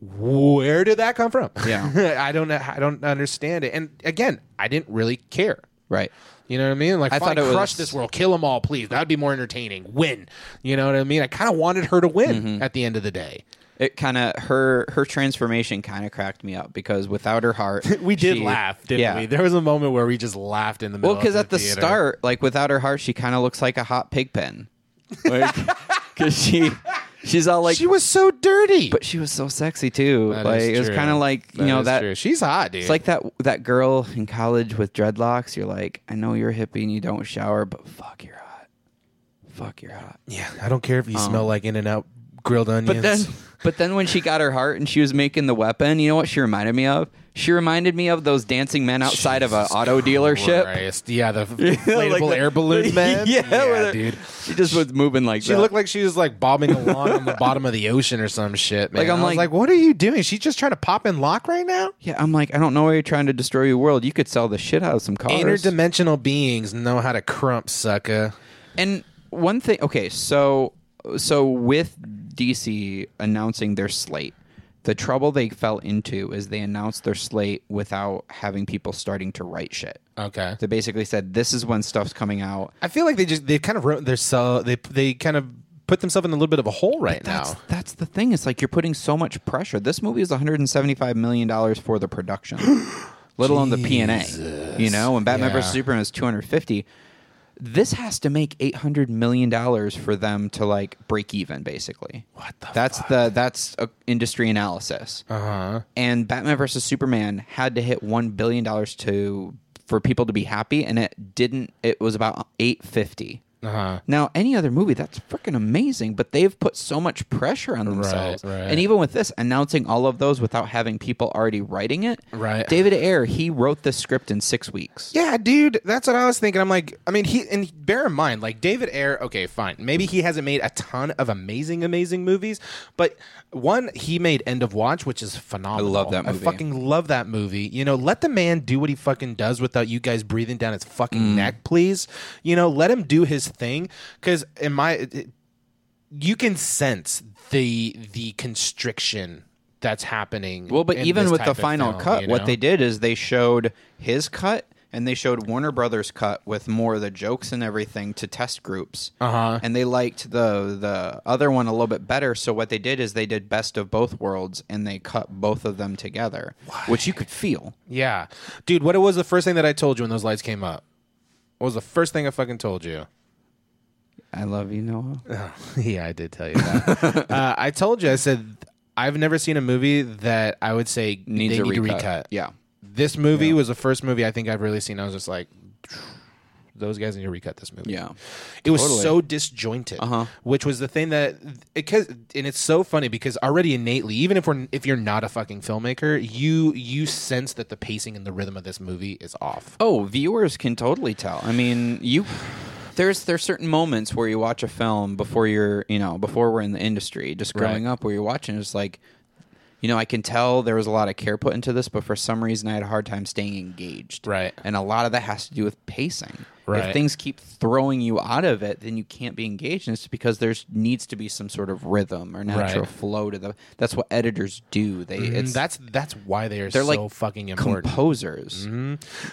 S2: Where did that come from?
S1: Yeah.
S2: I don't know. I don't understand it. And again, I didn't really care.
S1: Right.
S2: You know what I mean? Like, I
S1: thought
S2: fine,
S1: it
S2: crush
S1: was-
S2: this world, kill them all, please. That'd be more entertaining. Win. You know what I mean? I kind of wanted her to win
S1: Mm-hmm.
S2: at the end of the day.
S1: It kind of her her transformation kind of cracked me up because without her heart, she- yeah.
S2: There was a moment where we just laughed in the middle.
S1: Well, because at the start, like without her heart, she kind of looks like a hot pig pen. Because she she's all like,
S2: she was so dirty.
S1: but she was so sexy too.
S2: That
S1: like
S2: is
S1: it was
S2: true.
S1: kind of like you know
S2: is
S1: that
S2: true. she's hot, dude.
S1: It's like that that girl in college with dreadlocks. You're like, I know you're hippie and you don't shower, but fuck, you're hot. Fuck, you're hot.
S2: yeah, I don't care if you smell like In and Out grilled onions.
S1: um, But then, but then when she got her heart and she was making the weapon, you know what she reminded me of? She reminded me of those dancing men outside of an auto dealership.
S2: Christ. yeah, the
S1: Yeah,
S2: inflatable
S1: like the-
S2: air balloon man.
S1: Yeah, where they're-
S2: dude.
S1: She just was moving like
S2: She
S1: that.
S2: looked like she was like bobbing along on the bottom of the ocean or some shit. Man.
S1: Like, I'm
S2: I was
S1: like-
S2: like, what are you doing? She's just trying to pop in lock right now.
S1: yeah, I'm like, I don't know why you're trying to destroy your world. You could sell the shit out of some cars.
S2: Interdimensional beings know how to crump, sucker.
S1: And one thing, okay, so so with DC announcing their slate, the trouble they fell into is they announced their slate without having people starting to write shit.
S2: Okay.
S1: They basically said this is when stuff's coming out.
S2: I feel like they just they kind of wrote their so they they kind of put themselves in a little bit of a hole right
S1: That's
S2: now.
S1: that's the thing. It's like you're putting so much pressure. This movie is 175 million dollars for the production, let alone the P and A. You know, and Batman
S2: Yeah.
S1: vs Superman is 250. This has to make 800 million dollars for them to like break even, basically.
S2: What the
S1: That's the that's a industry analysis.
S2: Uh huh.
S1: And Batman vs Superman had to hit one billion dollars to for people to be happy, and it didn't. It was about 850.
S2: Uh huh.
S1: Now, any other movie, that's freaking amazing, but they've put so much pressure on themselves.
S2: right.
S1: And even with this, announcing all of those without having people already writing it,
S2: Right.
S1: David Ayer, he wrote this script in six weeks.
S2: Yeah, dude, that's what I was thinking. I'm like, I mean, he and bear in mind, like David Ayer. Okay, fine, maybe he hasn't made a ton of amazing, amazing movies, but one he made End of Watch, which is phenomenal.
S1: love that movie.
S2: I fucking love that movie. You know, let the man do what he fucking does without you guys breathing down his fucking
S1: Mm.
S2: neck, please. You know, let him do his thing. Because in my you can sense the the constriction that's happening.
S1: Well, but
S2: in
S1: even
S2: this
S1: with
S2: type
S1: the
S2: of
S1: final
S2: film,
S1: cut,
S2: you
S1: what
S2: know?
S1: they did is they showed his cut and they showed Warner Brothers cut with more of the jokes and everything to test groups.
S2: Uh-huh.
S1: And they liked the the other one a little bit better, so what they did is they did best of both worlds and they cut both of them together, which you could feel.
S2: Yeah, dude. What it was the first thing that I told you when those lights came up? What was the first thing I fucking told you?
S1: I love you, Noah.
S2: yeah, I did tell you that. uh, I told you. I said I've never seen a movie that I would say
S1: needs
S2: they
S1: a
S2: need to
S1: recut.
S2: recut.
S1: Yeah.
S2: This movie was the first movie I think I've really seen. I was just like, those guys need to recut this movie.
S1: Yeah.
S2: It was
S1: Totally. Uh-huh.
S2: so disjointed, which was the thing that because and it's so funny because already innately, even if we're if you're not a fucking filmmaker, you you sense that the pacing and the rhythm of this movie is off.
S1: Oh, viewers can totally tell. I mean, you there's there's certain moments where you watch a film before you're, you know, before we're in the industry, just growing
S2: Right.
S1: up where you're watching it's like you know, I can tell there was a lot of care put into this, but for some reason I had a hard time staying engaged.
S2: Right.
S1: And a lot of that has to do with pacing.
S2: Right.
S1: If things keep throwing you out of it, then you can't be engaged. And it's because there's needs to be some sort of rhythm or natural flow to the. That's what editors do. They it's
S2: And Mm-hmm. Mm, that's that's why they are
S1: They're
S2: so
S1: like
S2: fucking important. Mm-hmm.
S1: composers.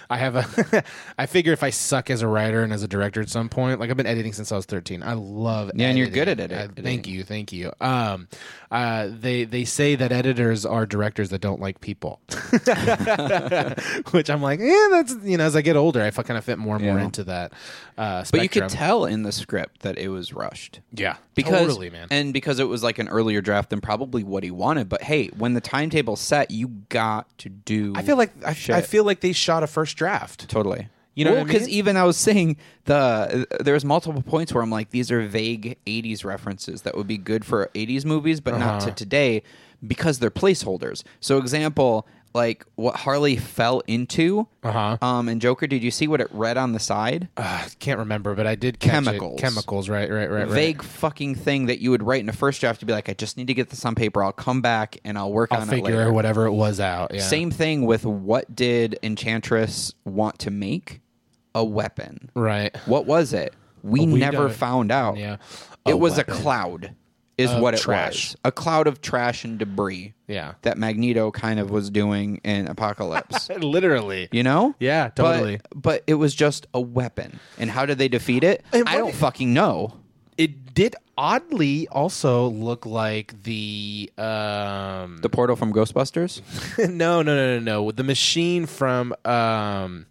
S2: I have a I figure if I suck as a writer and as a director at some point, like I've been editing since I was 13. I love
S1: Yeah, and you're
S2: editing.
S1: good at it-
S2: Uh, Thank
S1: editing.
S2: you, thank you. Um uh they they say that editors are directors that don't like people. Which I'm like, yeah, that's you know, as I get older, I kind of fit more and more
S1: Yeah.
S2: into that uh
S1: But you could
S2: spectrum.
S1: tell in the script that it was rushed.
S2: yeah.
S1: Because
S2: totally, man.
S1: and because it was like an earlier draft than probably what he wanted. But hey, when the timetable's set, you got to do.
S2: I feel like I, I
S1: shit.
S2: feel like they shot a first draft.
S1: totally.
S2: You know
S1: Well,
S2: what I mean?
S1: even I was saying the there was multiple points where I'm like, these are vague '80s references that would be good for '80s movies, but not
S2: Uh-huh.
S1: to today because they're placeholders. So, example, like what Harley fell into,
S2: Uh-huh.
S1: um, in Joker. Did you see what it read on the side?
S2: Uh, can't remember, but I did catch it.
S1: Chemicals.
S2: Chemicals, right, right, right, right.
S1: vague fucking thing that you would write in a first draft to be like, I just need to get this on paper. I'll come back and I'll work
S2: I'll
S1: on it
S2: figure
S1: later.
S2: whatever it was out. Yeah.
S1: Same thing with what did Enchantress want to make? A weapon.
S2: Right.
S1: What was it? We,
S2: we
S1: never
S2: don't-
S1: found out.
S2: Yeah. A
S1: It was a
S2: weapon.
S1: cloud, is what it
S2: trash.
S1: was. A cloud of trash and debris
S2: Yeah.
S1: that Magneto kind of was doing in Apocalypse.
S2: Literally.
S1: You know?
S2: Yeah,
S1: But-
S2: totally.
S1: But, it was just a weapon. And how did they defeat it?
S2: And
S1: I
S2: what
S1: don't
S2: it-
S1: fucking know.
S2: It did oddly also look like the um
S1: The portal from Ghostbusters?
S2: no no no no no the machine from um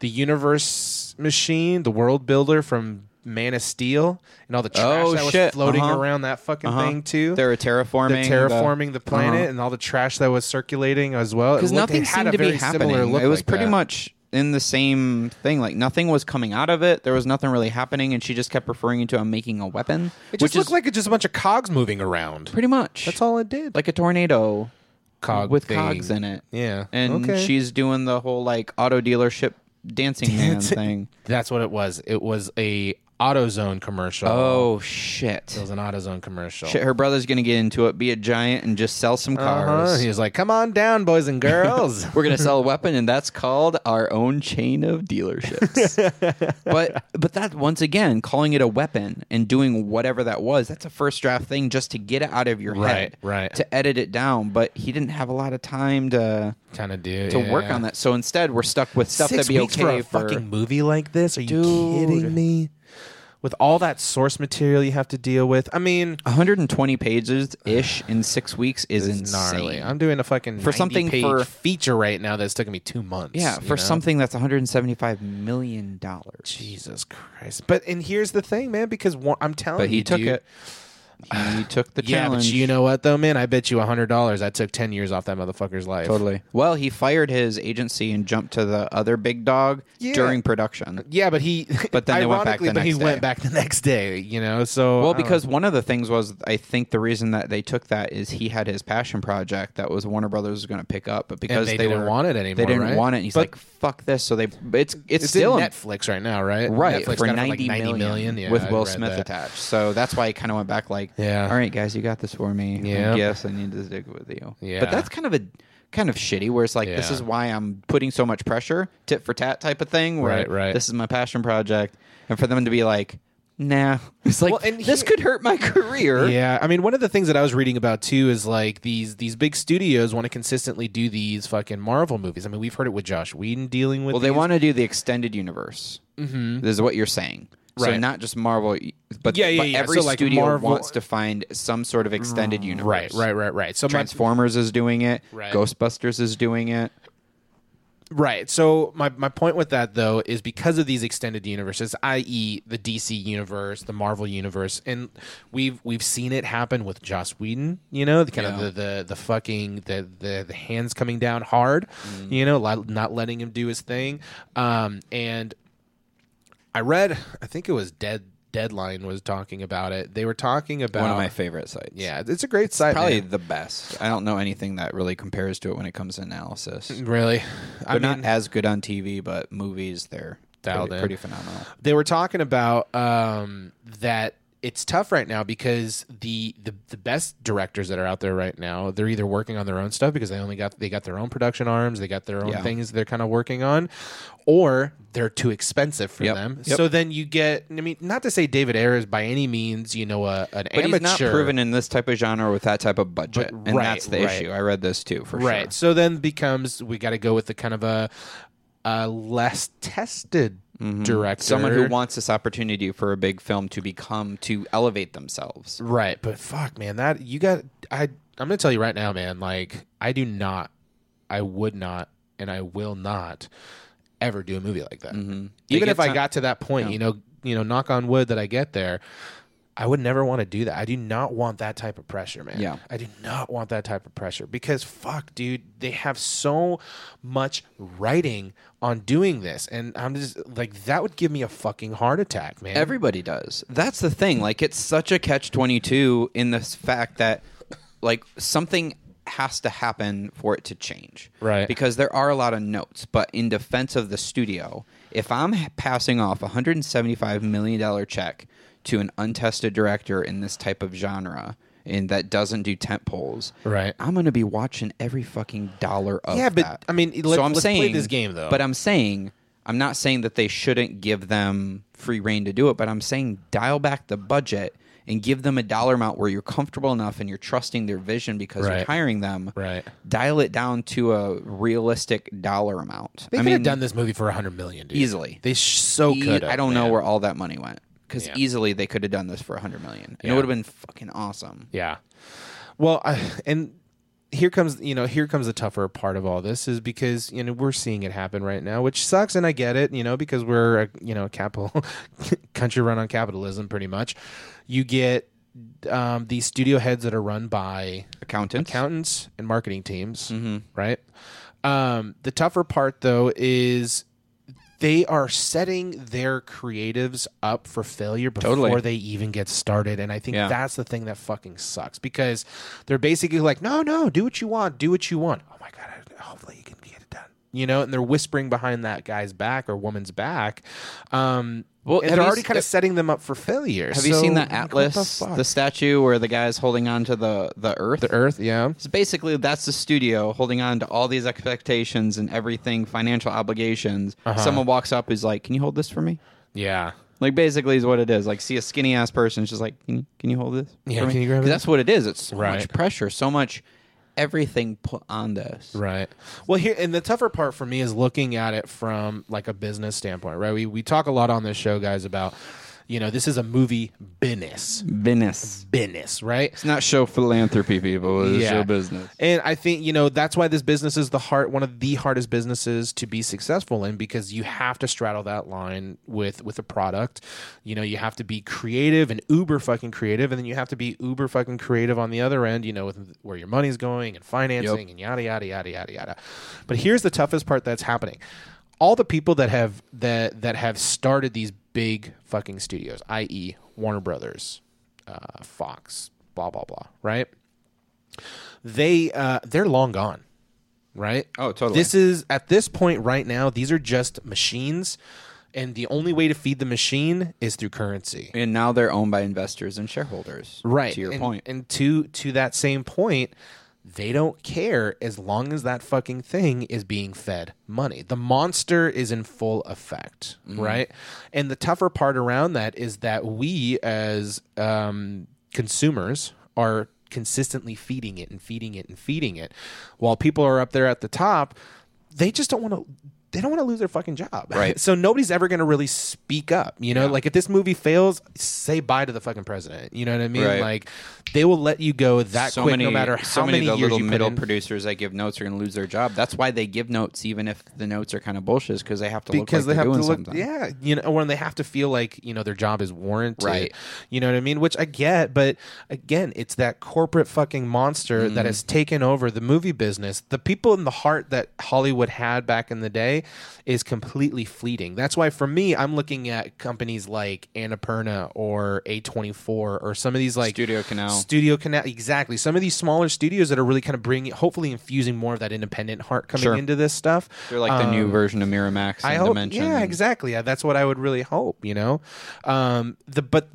S2: the universe machine the world builder from Man of Steel and all the trash
S1: Oh,
S2: that was
S1: shit.
S2: floating
S1: Uh-huh.
S2: around that fucking thing too.
S1: They're terraforming. Uh-huh.
S2: They're terraforming the, planet and all the trash that was circulating as well.
S1: because nothing
S2: had
S1: seemed
S2: a
S1: to be
S2: very
S1: happening.
S2: Similar look
S1: It was
S2: like
S1: pretty
S2: that.
S1: much in the same thing. Like nothing was coming out of it. There was nothing really happening, and she just kept referring to "I'm making a weapon,"
S2: It
S1: which
S2: just
S1: is
S2: looked like it's just a bunch of cogs moving around.
S1: pretty much
S2: That's all it did.
S1: like a tornado
S2: Cog
S1: with
S2: thing.
S1: cogs in it.
S2: Yeah.
S1: and
S2: Okay.
S1: she's doing the whole like auto dealership dancing man thing.
S2: That's what it was. It was a AutoZone commercial.
S1: Oh shit!
S2: It was an AutoZone commercial.
S1: Shit, her brother's gonna get into it, be a giant, and just sell some cars.
S2: Uh-huh. He was like, "Come on down, boys and girls."
S1: We're gonna sell a weapon, and that's called our own chain of dealerships. but but that once again, calling it a weapon and doing whatever that was, that's a first draft thing just to get it out of your
S2: Right,
S1: head,
S2: right.
S1: To edit it down. But he didn't have a lot of time to
S2: kind of do
S1: to work on that, so instead we're stuck with stuff
S2: Six
S1: that'd be
S2: weeks
S1: okay
S2: for a fucking movie like this? Are you
S1: Dude.
S2: kidding me? with all that source material you have to deal with. I mean,
S1: 120 pages ish in six weeks is
S2: it's
S1: insane.
S2: gnarly. I'm doing a fucking
S1: For something
S2: 90-page
S1: for-
S2: feature right now that's taking me two months.
S1: Yeah,
S2: you
S1: for
S2: know?
S1: something that's 175 million dollars.
S2: Jesus Christ! But and here's the thing, man. Because one, I'm telling
S1: But
S2: you,
S1: he took
S2: dude,
S1: it. He took the
S2: Yeah,
S1: challenge.
S2: but you know what though, man? I bet you hundred dollars I took ten years off that motherfucker's life.
S1: Totally. Well, he fired his agency and jumped to the other big dog
S2: Yeah. Uh,
S1: during production.
S2: Yeah, but he.
S1: But then they went back
S2: ironically,
S1: the
S2: but he
S1: next
S2: went
S1: day.
S2: back the next day. You know, so
S1: Well,
S2: I don't
S1: because one of the things was, I think the reason that they took that is he had his passion project that was Warner Brothers was going to pick up, but because
S2: they
S1: were
S2: didn't want it
S1: they
S2: anymore,
S1: didn't
S2: right?
S1: want it. And he's
S2: But-
S1: like, "Fuck this!" So they, it's it's,
S2: it's
S1: still
S2: in Netflix right now, right?
S1: right
S2: Netflix
S1: for
S2: got it
S1: ninety
S2: like
S1: million
S2: 90 million. Yeah,
S1: with
S2: I
S1: Will
S2: read
S1: Smith
S2: that.
S1: attached. So that's why I kind of went back like,
S2: Yeah.
S1: all right, guys, you got this for me.
S2: Yeah.
S1: I guess I need to stick with you.
S2: Yeah.
S1: but that's kind of a kind of shitty where it's like this
S2: Yeah.
S1: is why I'm putting so much pressure, tit for tat type of thing. Where
S2: Right, right.
S1: This is my passion project, and for them to be like, nah, it's like
S2: Well, and
S1: this
S2: he-
S1: could hurt my career.
S2: Yeah, I mean, one of the things that I was reading about too is like these these big studios want to consistently do these fucking Marvel movies. I mean, we've heard it with Josh Whedon dealing with.
S1: Well, they
S2: these.
S1: want to do the extended universe. Mm-hmm. This is what you're saying. So
S2: Right.
S1: not just Marvel, but,
S2: Yeah, yeah,
S1: but
S2: yeah.
S1: every
S2: So, like,
S1: studio
S2: Marvel-
S1: wants to find some sort of extended universe.
S2: right, right, right, right. So my,
S1: Transformers is doing it.
S2: Right.
S1: Ghostbusters is doing it.
S2: Right. So my, my point with that though is because of these extended universes, i.e., the DC universe, the Marvel universe, and we've we've seen it happen with Joss Whedon. You know, the kind
S1: Yeah.
S2: of the, the the fucking the, the the hands coming down hard.
S1: Mm.
S2: You know, li- not letting him do his thing. Um, and I read, I think it was Dead Deadline was talking about it. They were talking about
S1: One of my favorite sites.
S2: Uh, yeah, it's a great site.
S1: Probably
S2: man.
S1: the best. I don't know anything that really compares to it when it comes to analysis. They're
S2: really. Mm-hmm. I mean,
S1: not as good on TV, but movies they're
S2: Dialed
S1: pretty,
S2: in.
S1: pretty phenomenal.
S2: they were talking about um, that it's tough right now because the, the the best directors that are out there right now they're either working on their own stuff because they only got they got their own production arms they got their own
S1: Yeah.
S2: things they're kind of working on or they're too expensive for
S1: Yep.
S2: them
S1: Yep.
S2: so then you get i mean not to say david ayer is by any means you know a, an
S1: But
S2: amateur
S1: he's not proven in this type of genre with that type of budget,
S2: But-
S1: and
S2: right,
S1: that's the
S2: right.
S1: issue. I read this too for
S2: right so then becomes we got to go with the kind of a, a less tested director
S1: sure. Mm-hmm. Someone who wants this opportunity for a big film to become to elevate themselves.
S2: Right, but fuck, man, that you got. I I'm gonna tell you right now, man. Like, I do not, I would not, and I will not ever do a movie like that.
S1: Mm-hmm. They
S2: Even
S1: get
S2: if I
S1: some-
S2: got to that point, you know, you know, knock on wood that I get there. I would never want to do that. I do not want that type of pressure, man.
S1: Yeah.
S2: I do not want that type of pressure because fuck, dude, they have so much writing on doing this, and I'm just like that would give me a fucking heart attack, man.
S1: Everybody does. That's the thing. Like it's such a catch twenty two in this fact that like something has to happen for it to change.
S2: Right.
S1: Because there are a lot of notes, but in defense of the studio, if I'm h- passing off a hundred and seventy five million dollar check to an untested director in this type of genre and that doesn't do tent poles,
S2: Right.
S1: I'm gonna be watching every fucking dollar of
S2: Yeah, but,
S1: that.
S2: I mean, let's-
S1: so I'm
S2: let's play
S1: saying
S2: this game, though.
S1: But I'm saying I'm not saying that they shouldn't give them free reign to do it, but I'm saying dial back the budget and give them a dollar amount where you're comfortable enough and you're trusting their vision because
S2: Right.
S1: you're hiring them.
S2: Right.
S1: Dial it down to a realistic dollar amount.
S2: They
S1: I
S2: could
S1: mean,
S2: have done this movie for a hundred million, dude.
S1: Easily.
S2: They sh- so
S1: e-
S2: could.
S1: I don't know where all that money went because
S2: Yeah.
S1: easily they could have done this for a hundred million, and
S2: Yeah.
S1: it would have been fucking awesome.
S2: Yeah. Well, I, and here comes you know here comes the tougher part of all this is because you know we're seeing it happen right now, which sucks, and I get it, you know, because we're a, you know a capital country run on capitalism, pretty much. You get um, these studio heads that are run by
S1: Accountants, Mm-hmm.
S2: accountants and marketing teams, right? Um, the tougher part though is they are setting their creatives up for failure before
S1: Totally.
S2: they even get started, and I think
S1: Yeah.
S2: that's the thing that fucking sucks because they're basically like, no, no, do what you want, do what you want. Oh my god, I- hopefully you can get it done. You know, and they're whispering behind that guy's back or woman's back. Um,
S1: Well,
S2: well, and
S1: have
S2: they're
S1: you
S2: already
S1: s- uh,
S2: kind of setting them up for failure.
S1: Have you seen the Atlas, the, statue where the guy's holding onto the the earth?
S2: the Earth? Yeah.
S1: So basically, that's the studio holding on to all these expectations and everything, financial obligations. Someone walks up, is like, "Can you hold this for me?"
S2: Yeah.
S1: Like basically is what it is. Like see a skinny ass person, it's just like, "Can you, can you hold this?"
S2: Yeah,
S1: for me?"
S2: can you grab
S1: 'Cause
S2: it?
S1: That's what it is. It's so
S2: Right.
S1: much pressure, so much everything put on this.
S2: Right. Well, here and the tougher part for me is looking at it from like a business standpoint, right? We we talk a lot on this show guys about You know, this is a movie business,
S1: Business.
S2: business, right?
S1: It's not show philanthropy, people. It's
S2: Yeah.
S1: show business.
S2: And I think, you know, that's why this business is the heart one of the hardest businesses to be successful in because you have to straddle that line with with a product. You know, you have to be creative and uber fucking creative and then you have to be uber fucking creative on the other end, you know, with where your money's going and financing and yada yada yada yada yada. But here's the toughest part that's happening. All the people that have that that have started these big fucking studios, i.e. Warner Brothers, uh, Fox, blah blah blah, right? they uh, they're long gone, right?
S1: Oh, totally.
S2: This is at this point right now. These are just machines, and the only way to feed the machine is through currency.
S1: And now they're owned by investors and shareholders.
S2: Right.
S1: To your
S2: and,
S1: point.
S2: and to to that same point, they don't care as long as that fucking thing is being fed money. The monster is in full effect,
S1: Mm-hmm.
S2: right? And the tougher part around that is that we as um, consumers are consistently feeding it and feeding it and feeding it, while people are up there at the top. They just don't want to. They don't want to lose their fucking job.
S1: Right.
S2: so nobody's ever going to really speak up. You know, like if this movie fails, say bye to the fucking president. You know what I mean?
S1: Right.
S2: Like they will let you go that quick, no matter how
S1: so
S2: many,
S1: many, of the
S2: years
S1: little
S2: you put
S1: middle
S2: in.
S1: producers that give notes are going to lose their job. That's why they give notes, even if the notes are kind of bullshit, because they have to
S2: because
S1: look
S2: they
S1: like
S2: have
S1: are
S2: to
S1: doing
S2: look,
S1: something.
S2: yeah, you know, when they have to feel like you know their job is warranted,
S1: Right.
S2: You know what I mean? Which I get, but again, it's that corporate fucking monster
S1: Mm-hmm.
S2: that has taken over the movie business. The people in the heart that Hollywood had back in the day is completely fleeting. That's why, for me, I'm looking at companies like Annapurna or A24 or some of these like
S1: Studio Canal.
S2: Studio Canal, exactly. Some of these smaller studios that are really kind of bringing, hopefully, infusing more of that independent heart coming
S1: Sure.
S2: into this stuff.
S1: They're like the new
S2: Um,
S1: version of Miramax and
S2: I hope,
S1: Dimension.
S2: yeah,
S1: and-
S2: exactly. Yeah, That's what I would really hope, you know. Um, the but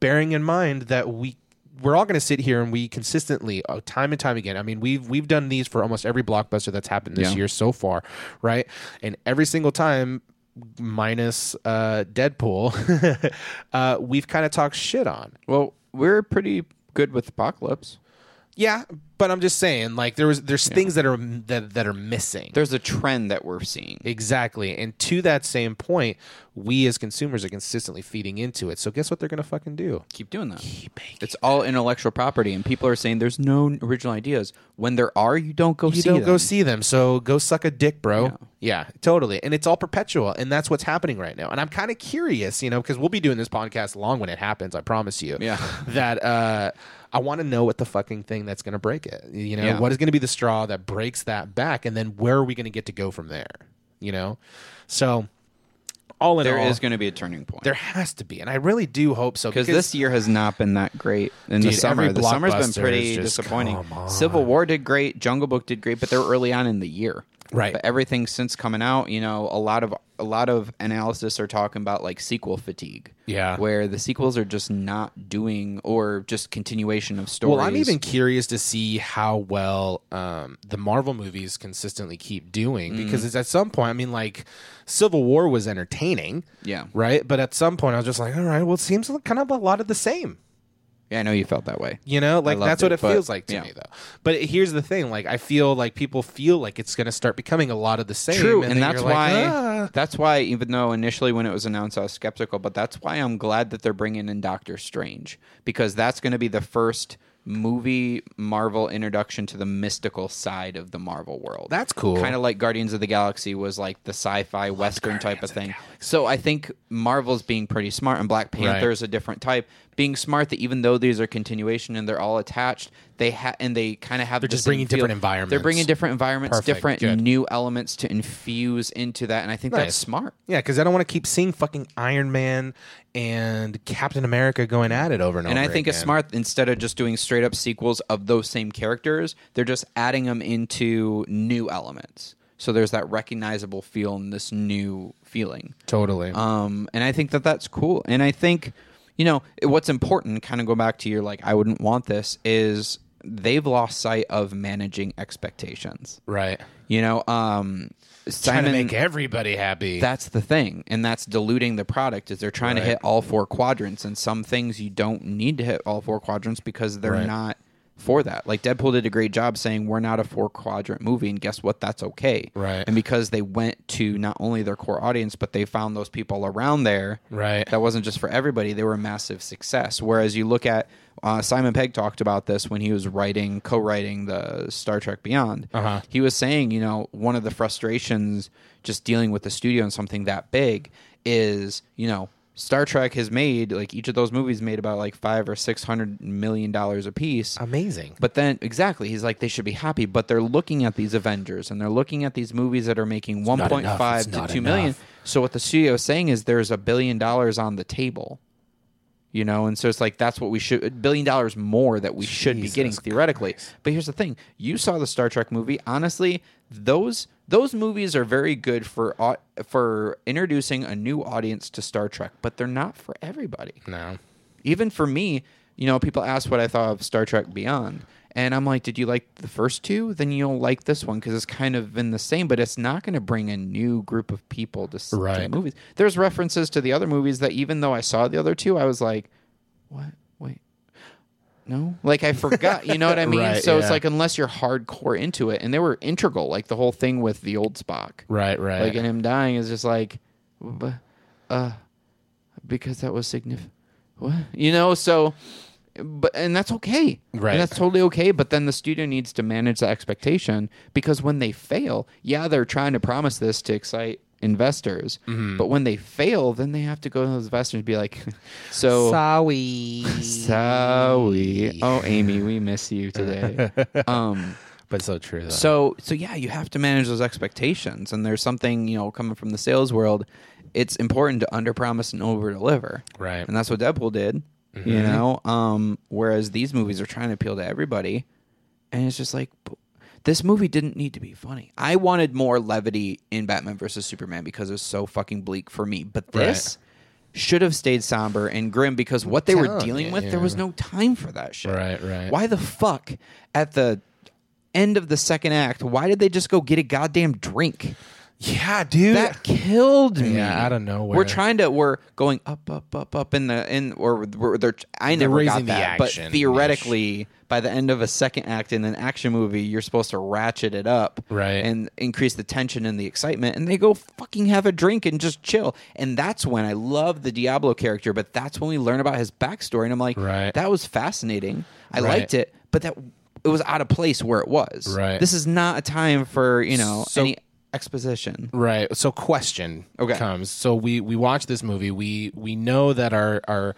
S2: bearing in mind that we we're all going to sit here and we consistently, uh, time and time again. I mean, we've we've done these for almost every blockbuster that's happened this
S1: Yeah.
S2: year so far, right? And every single time, minus uh, Deadpool, uh, we've kind of talked shit on.
S1: Well, we're pretty good with Apocalypse.
S2: Yeah, but I'm just saying, like there was there's things that are that that are missing.
S1: There's a trend that we're seeing.
S2: Exactly. And to that same point, we as consumers are consistently feeding into it. So guess what they're going to fucking do?
S1: Keep doing that. It's all intellectual property, and people are saying there's no original ideas. When there are, you don't go
S2: You
S1: see
S2: don't
S1: them.
S2: go see them. So go suck a dick, bro. Yeah. totally. And it's all perpetual. And that's what's happening right now. And I'm kind of curious, you know, because we'll be doing this podcast long when it happens, I promise you.
S1: Yeah.
S2: That uh, I want to know what the fucking thing that's going to break it. You know,
S1: Yeah.
S2: what is going to be the straw that breaks that back? And then where are we going to get to go from there? You know? So all in
S1: there
S2: all,
S1: is going to be a turning point.
S2: there has to be. And I really do hope so.
S1: because this year has not been that great in the
S2: Dude,
S1: summer.
S2: every
S1: The summer's been
S2: blockbuster
S1: pretty
S2: is just,
S1: disappointing.
S2: come on.
S1: Civil War did great, Jungle Book did great, but they're early on in the year.
S2: Right.
S1: But everything since coming out, you know, a lot of a lot of analysis are talking about like sequel fatigue.
S2: Yeah.
S1: Where the sequels are just not doing or just continuation of stories.
S2: Well, I'm even curious to see how well um, the Marvel movies consistently keep doing
S1: Mm-hmm.
S2: because it's at some point, I mean, like Civil War was entertaining,
S1: Yeah.
S2: right? But at some point, I was just like, all right, well, it seems like kind of a lot of the same.
S1: Yeah, I know you felt that way.
S2: You know, like
S1: loved
S2: that's what
S1: it,
S2: it,
S1: but-
S2: feels like to
S1: yeah.
S2: me, though. But here's the thing: like, I feel like people feel like it's going to start becoming a lot of the same.
S1: True, and,
S2: then
S1: that's
S2: you're like,
S1: why
S2: "Ah."
S1: that's why even though initially when it was announced I was skeptical, but that's why I'm glad that they're bringing in Doctor Strange because that's going to be the first movie Marvel introduction to the mystical side of the Marvel world.
S2: That's cool.
S1: Kind of like Guardians of the Galaxy was like the sci-fi western type of thing. so I think Marvel's being pretty smart and Black Panther is a different type. Being smart that even though these are continuation and they're all attached, they ha- and they kind of have they're
S2: just bringing different
S1: They're bringing
S2: environments.
S1: different environments,
S2: Perfect,
S1: different
S2: good.
S1: new elements to infuse into that, and I think that's
S2: Nice.
S1: smart.
S2: Yeah, because I don't want to keep seeing fucking Iron Man and Captain America going at it over and,
S1: And
S2: over.
S1: I think it's
S2: again.
S1: smart instead of just doing straight up sequels of those same characters, they're just adding them into new elements. So there's that recognizable feel and this new feeling.
S2: Totally.
S1: Um, and I think that that's cool. And I think, you know, what's important, kind of go back to your like, I wouldn't want this, is they've lost sight of managing expectations.
S2: right.
S1: You know, um,
S2: trying
S1: Simon,
S2: to make everybody happy.
S1: that's the thing and that's diluting the product is they're trying to
S2: Right.
S1: hit all four quadrants and some things you don't need to hit all four quadrants because they're
S2: Right.
S1: not for that. Like Deadpool did a great job saying we're not a four quadrant movie, and guess what? That's okay.
S2: Right.
S1: And because they went to not only their core audience, but they found those people around there.
S2: Right.
S1: That wasn't just for everybody. They were a massive success. Whereas you look at uh, Simon Pegg talked about this when he was writing, co-writing the Star Trek Beyond.
S2: Uh-huh.
S1: He was saying, you know, one of the frustrations just dealing with the studio and something that big is, you know. Star Trek has made like each of those movies made about like five or six hundred million dollars a piece.
S2: Amazing.
S1: But then, exactly, he's like, they should be happy. But they're looking at these Avengers and they're looking at these movies that are making
S2: not enough.
S1: 1.5
S2: It's not
S1: to two million.
S2: enough.
S1: So what the studio is saying is there's a billion dollars on the table, you know. And so it's like that's what we should a billion dollars more that we should be getting
S2: Jesus
S1: theoretically. But here's the thing: you saw the Star Trek movie. Honestly, those those movies are very good for au- for introducing a new audience to Star Trek, but they're not for everybody
S2: No.
S1: even for me, you know, people ask what I thought of Star Trek Beyond. And I'm like, did you like the first two? Then you'll like this one because it's kind of been the same, but it's not going to bring a new group of people to see
S2: Right.
S1: movies. There's references to the other movies that even though I saw the other two, I was like, what? Wait. No, like I forgot. You know what I mean.
S2: Right,
S1: so it's
S2: yeah.
S1: like unless you're hardcore into it, and they were integral, like the whole thing with the old Spock
S2: Right. Right.
S1: like and him dying is just like b- uh because that was significant what you know so but and that's okay
S2: Right.
S1: and that's totally okay but then the studio needs to manage the expectation because when they fail yeah they're trying to promise this to excite investors but when they fail then they have to go to those investors and be like so
S2: Sorry.
S1: sorry oh amy we miss you today um
S2: But so true. Though.
S1: so so yeah, you have to manage those expectations and there's something, you know, coming from the sales world, it's important to underpromise and overdeliver.
S2: Right. Mm-hmm.
S1: And that's what Deadpool did, you know? Um whereas these movies are trying to appeal to everybody and it's just like b- this movie didn't need to be funny. I wanted more levity in Batman versus Superman because it was so fucking bleak for me, but
S2: Right.
S1: this should have stayed somber and grim because what they were
S2: telling
S1: dealing
S2: you,
S1: with, there was no time for that shit.
S2: Right, right.
S1: Why the fuck at the end of the second act, why did they just go get a goddamn drink?
S2: yeah, dude.
S1: That killed me.
S2: Yeah, out of nowhere.
S1: We're trying to we're going up, up, up, up in the in or we're, they're I never
S2: raising
S1: got
S2: the
S1: that.
S2: action-ish.
S1: but theoretically, by the end of a second act in an action movie, you're supposed to ratchet it up,
S2: Right.
S1: and increase the tension and the excitement. And they go fucking have a drink and just chill. And that's when I love the Diablo character, but that's when we learn about his backstory. And I'm like,
S2: Right.
S1: that was fascinating. I
S2: Right.
S1: liked it, but that it was out of place where it was.
S2: Right.
S1: This is not a time for you know
S2: So-
S1: any exposition.
S2: Right. So question
S1: Okay.
S2: comes. So we we watch this movie. We we know that our our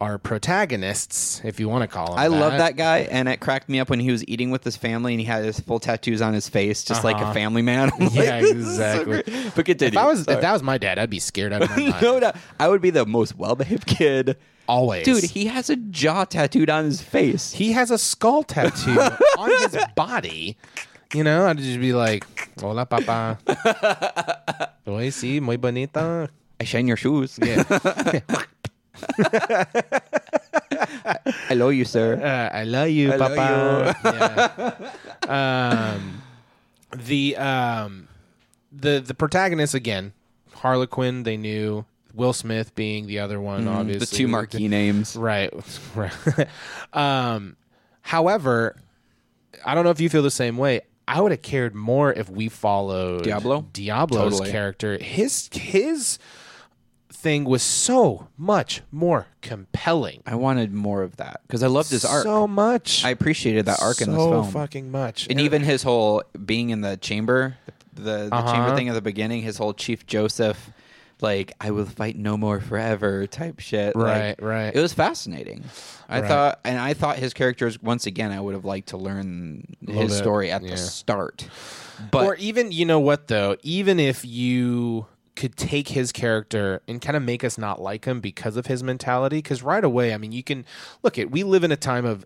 S2: our protagonists, if you want to call them,
S1: I love that guy, and it cracked me up when he was eating with his family and he had his full tattoos on his face, just like a family man. I'm like,
S2: Uh-huh. Yeah,
S1: "This is so
S2: exactly.
S1: great." but continue.
S2: If I was if that was my dad, I'd be scared out of my mind.
S1: no, no, I would be the most well-behaved kid.
S2: Always,
S1: Dude, he has a jaw tattooed on his face.
S2: He has a skull tattoo on his body. You know, I'd just be like, "Hola, papa. Oye, sí, muy bonita."
S1: I shine your shoes.
S2: Yeah. Uh,
S1: I love you, sir.
S2: Uh, I love you,
S1: love
S2: Papa. Yeah. um, the um, the the protagonist again, Harlequin. They knew Will Smith being the other one,
S1: Mm-hmm. The
S2: obviously
S1: two marquee names.
S2: right? right. um, however, I don't know if you feel the same way. I would have cared more if we followed
S1: Diablo?
S2: Diablo's
S1: Totally.
S2: character. His his thing was so much more compelling.
S1: I wanted more of that because I loved his arc.
S2: So much.
S1: I appreciated that arc
S2: so
S1: in this film.
S2: fucking much.
S1: and even his whole being in the chamber, the, the
S2: Uh-huh.
S1: chamber thing at the beginning, his whole Chief Joseph, like I will fight no more forever type shit.
S2: Right,
S1: like,
S2: right.
S1: It was fascinating. I
S2: Right.
S1: thought, and I thought his characters once again. I would have liked to learn his
S2: bit,
S1: story at
S2: yeah.
S1: the start, but
S2: or even you know what though, even if you could take his character and kind of make us not like him because of his mentality because right away i mean you can look at we live in a time of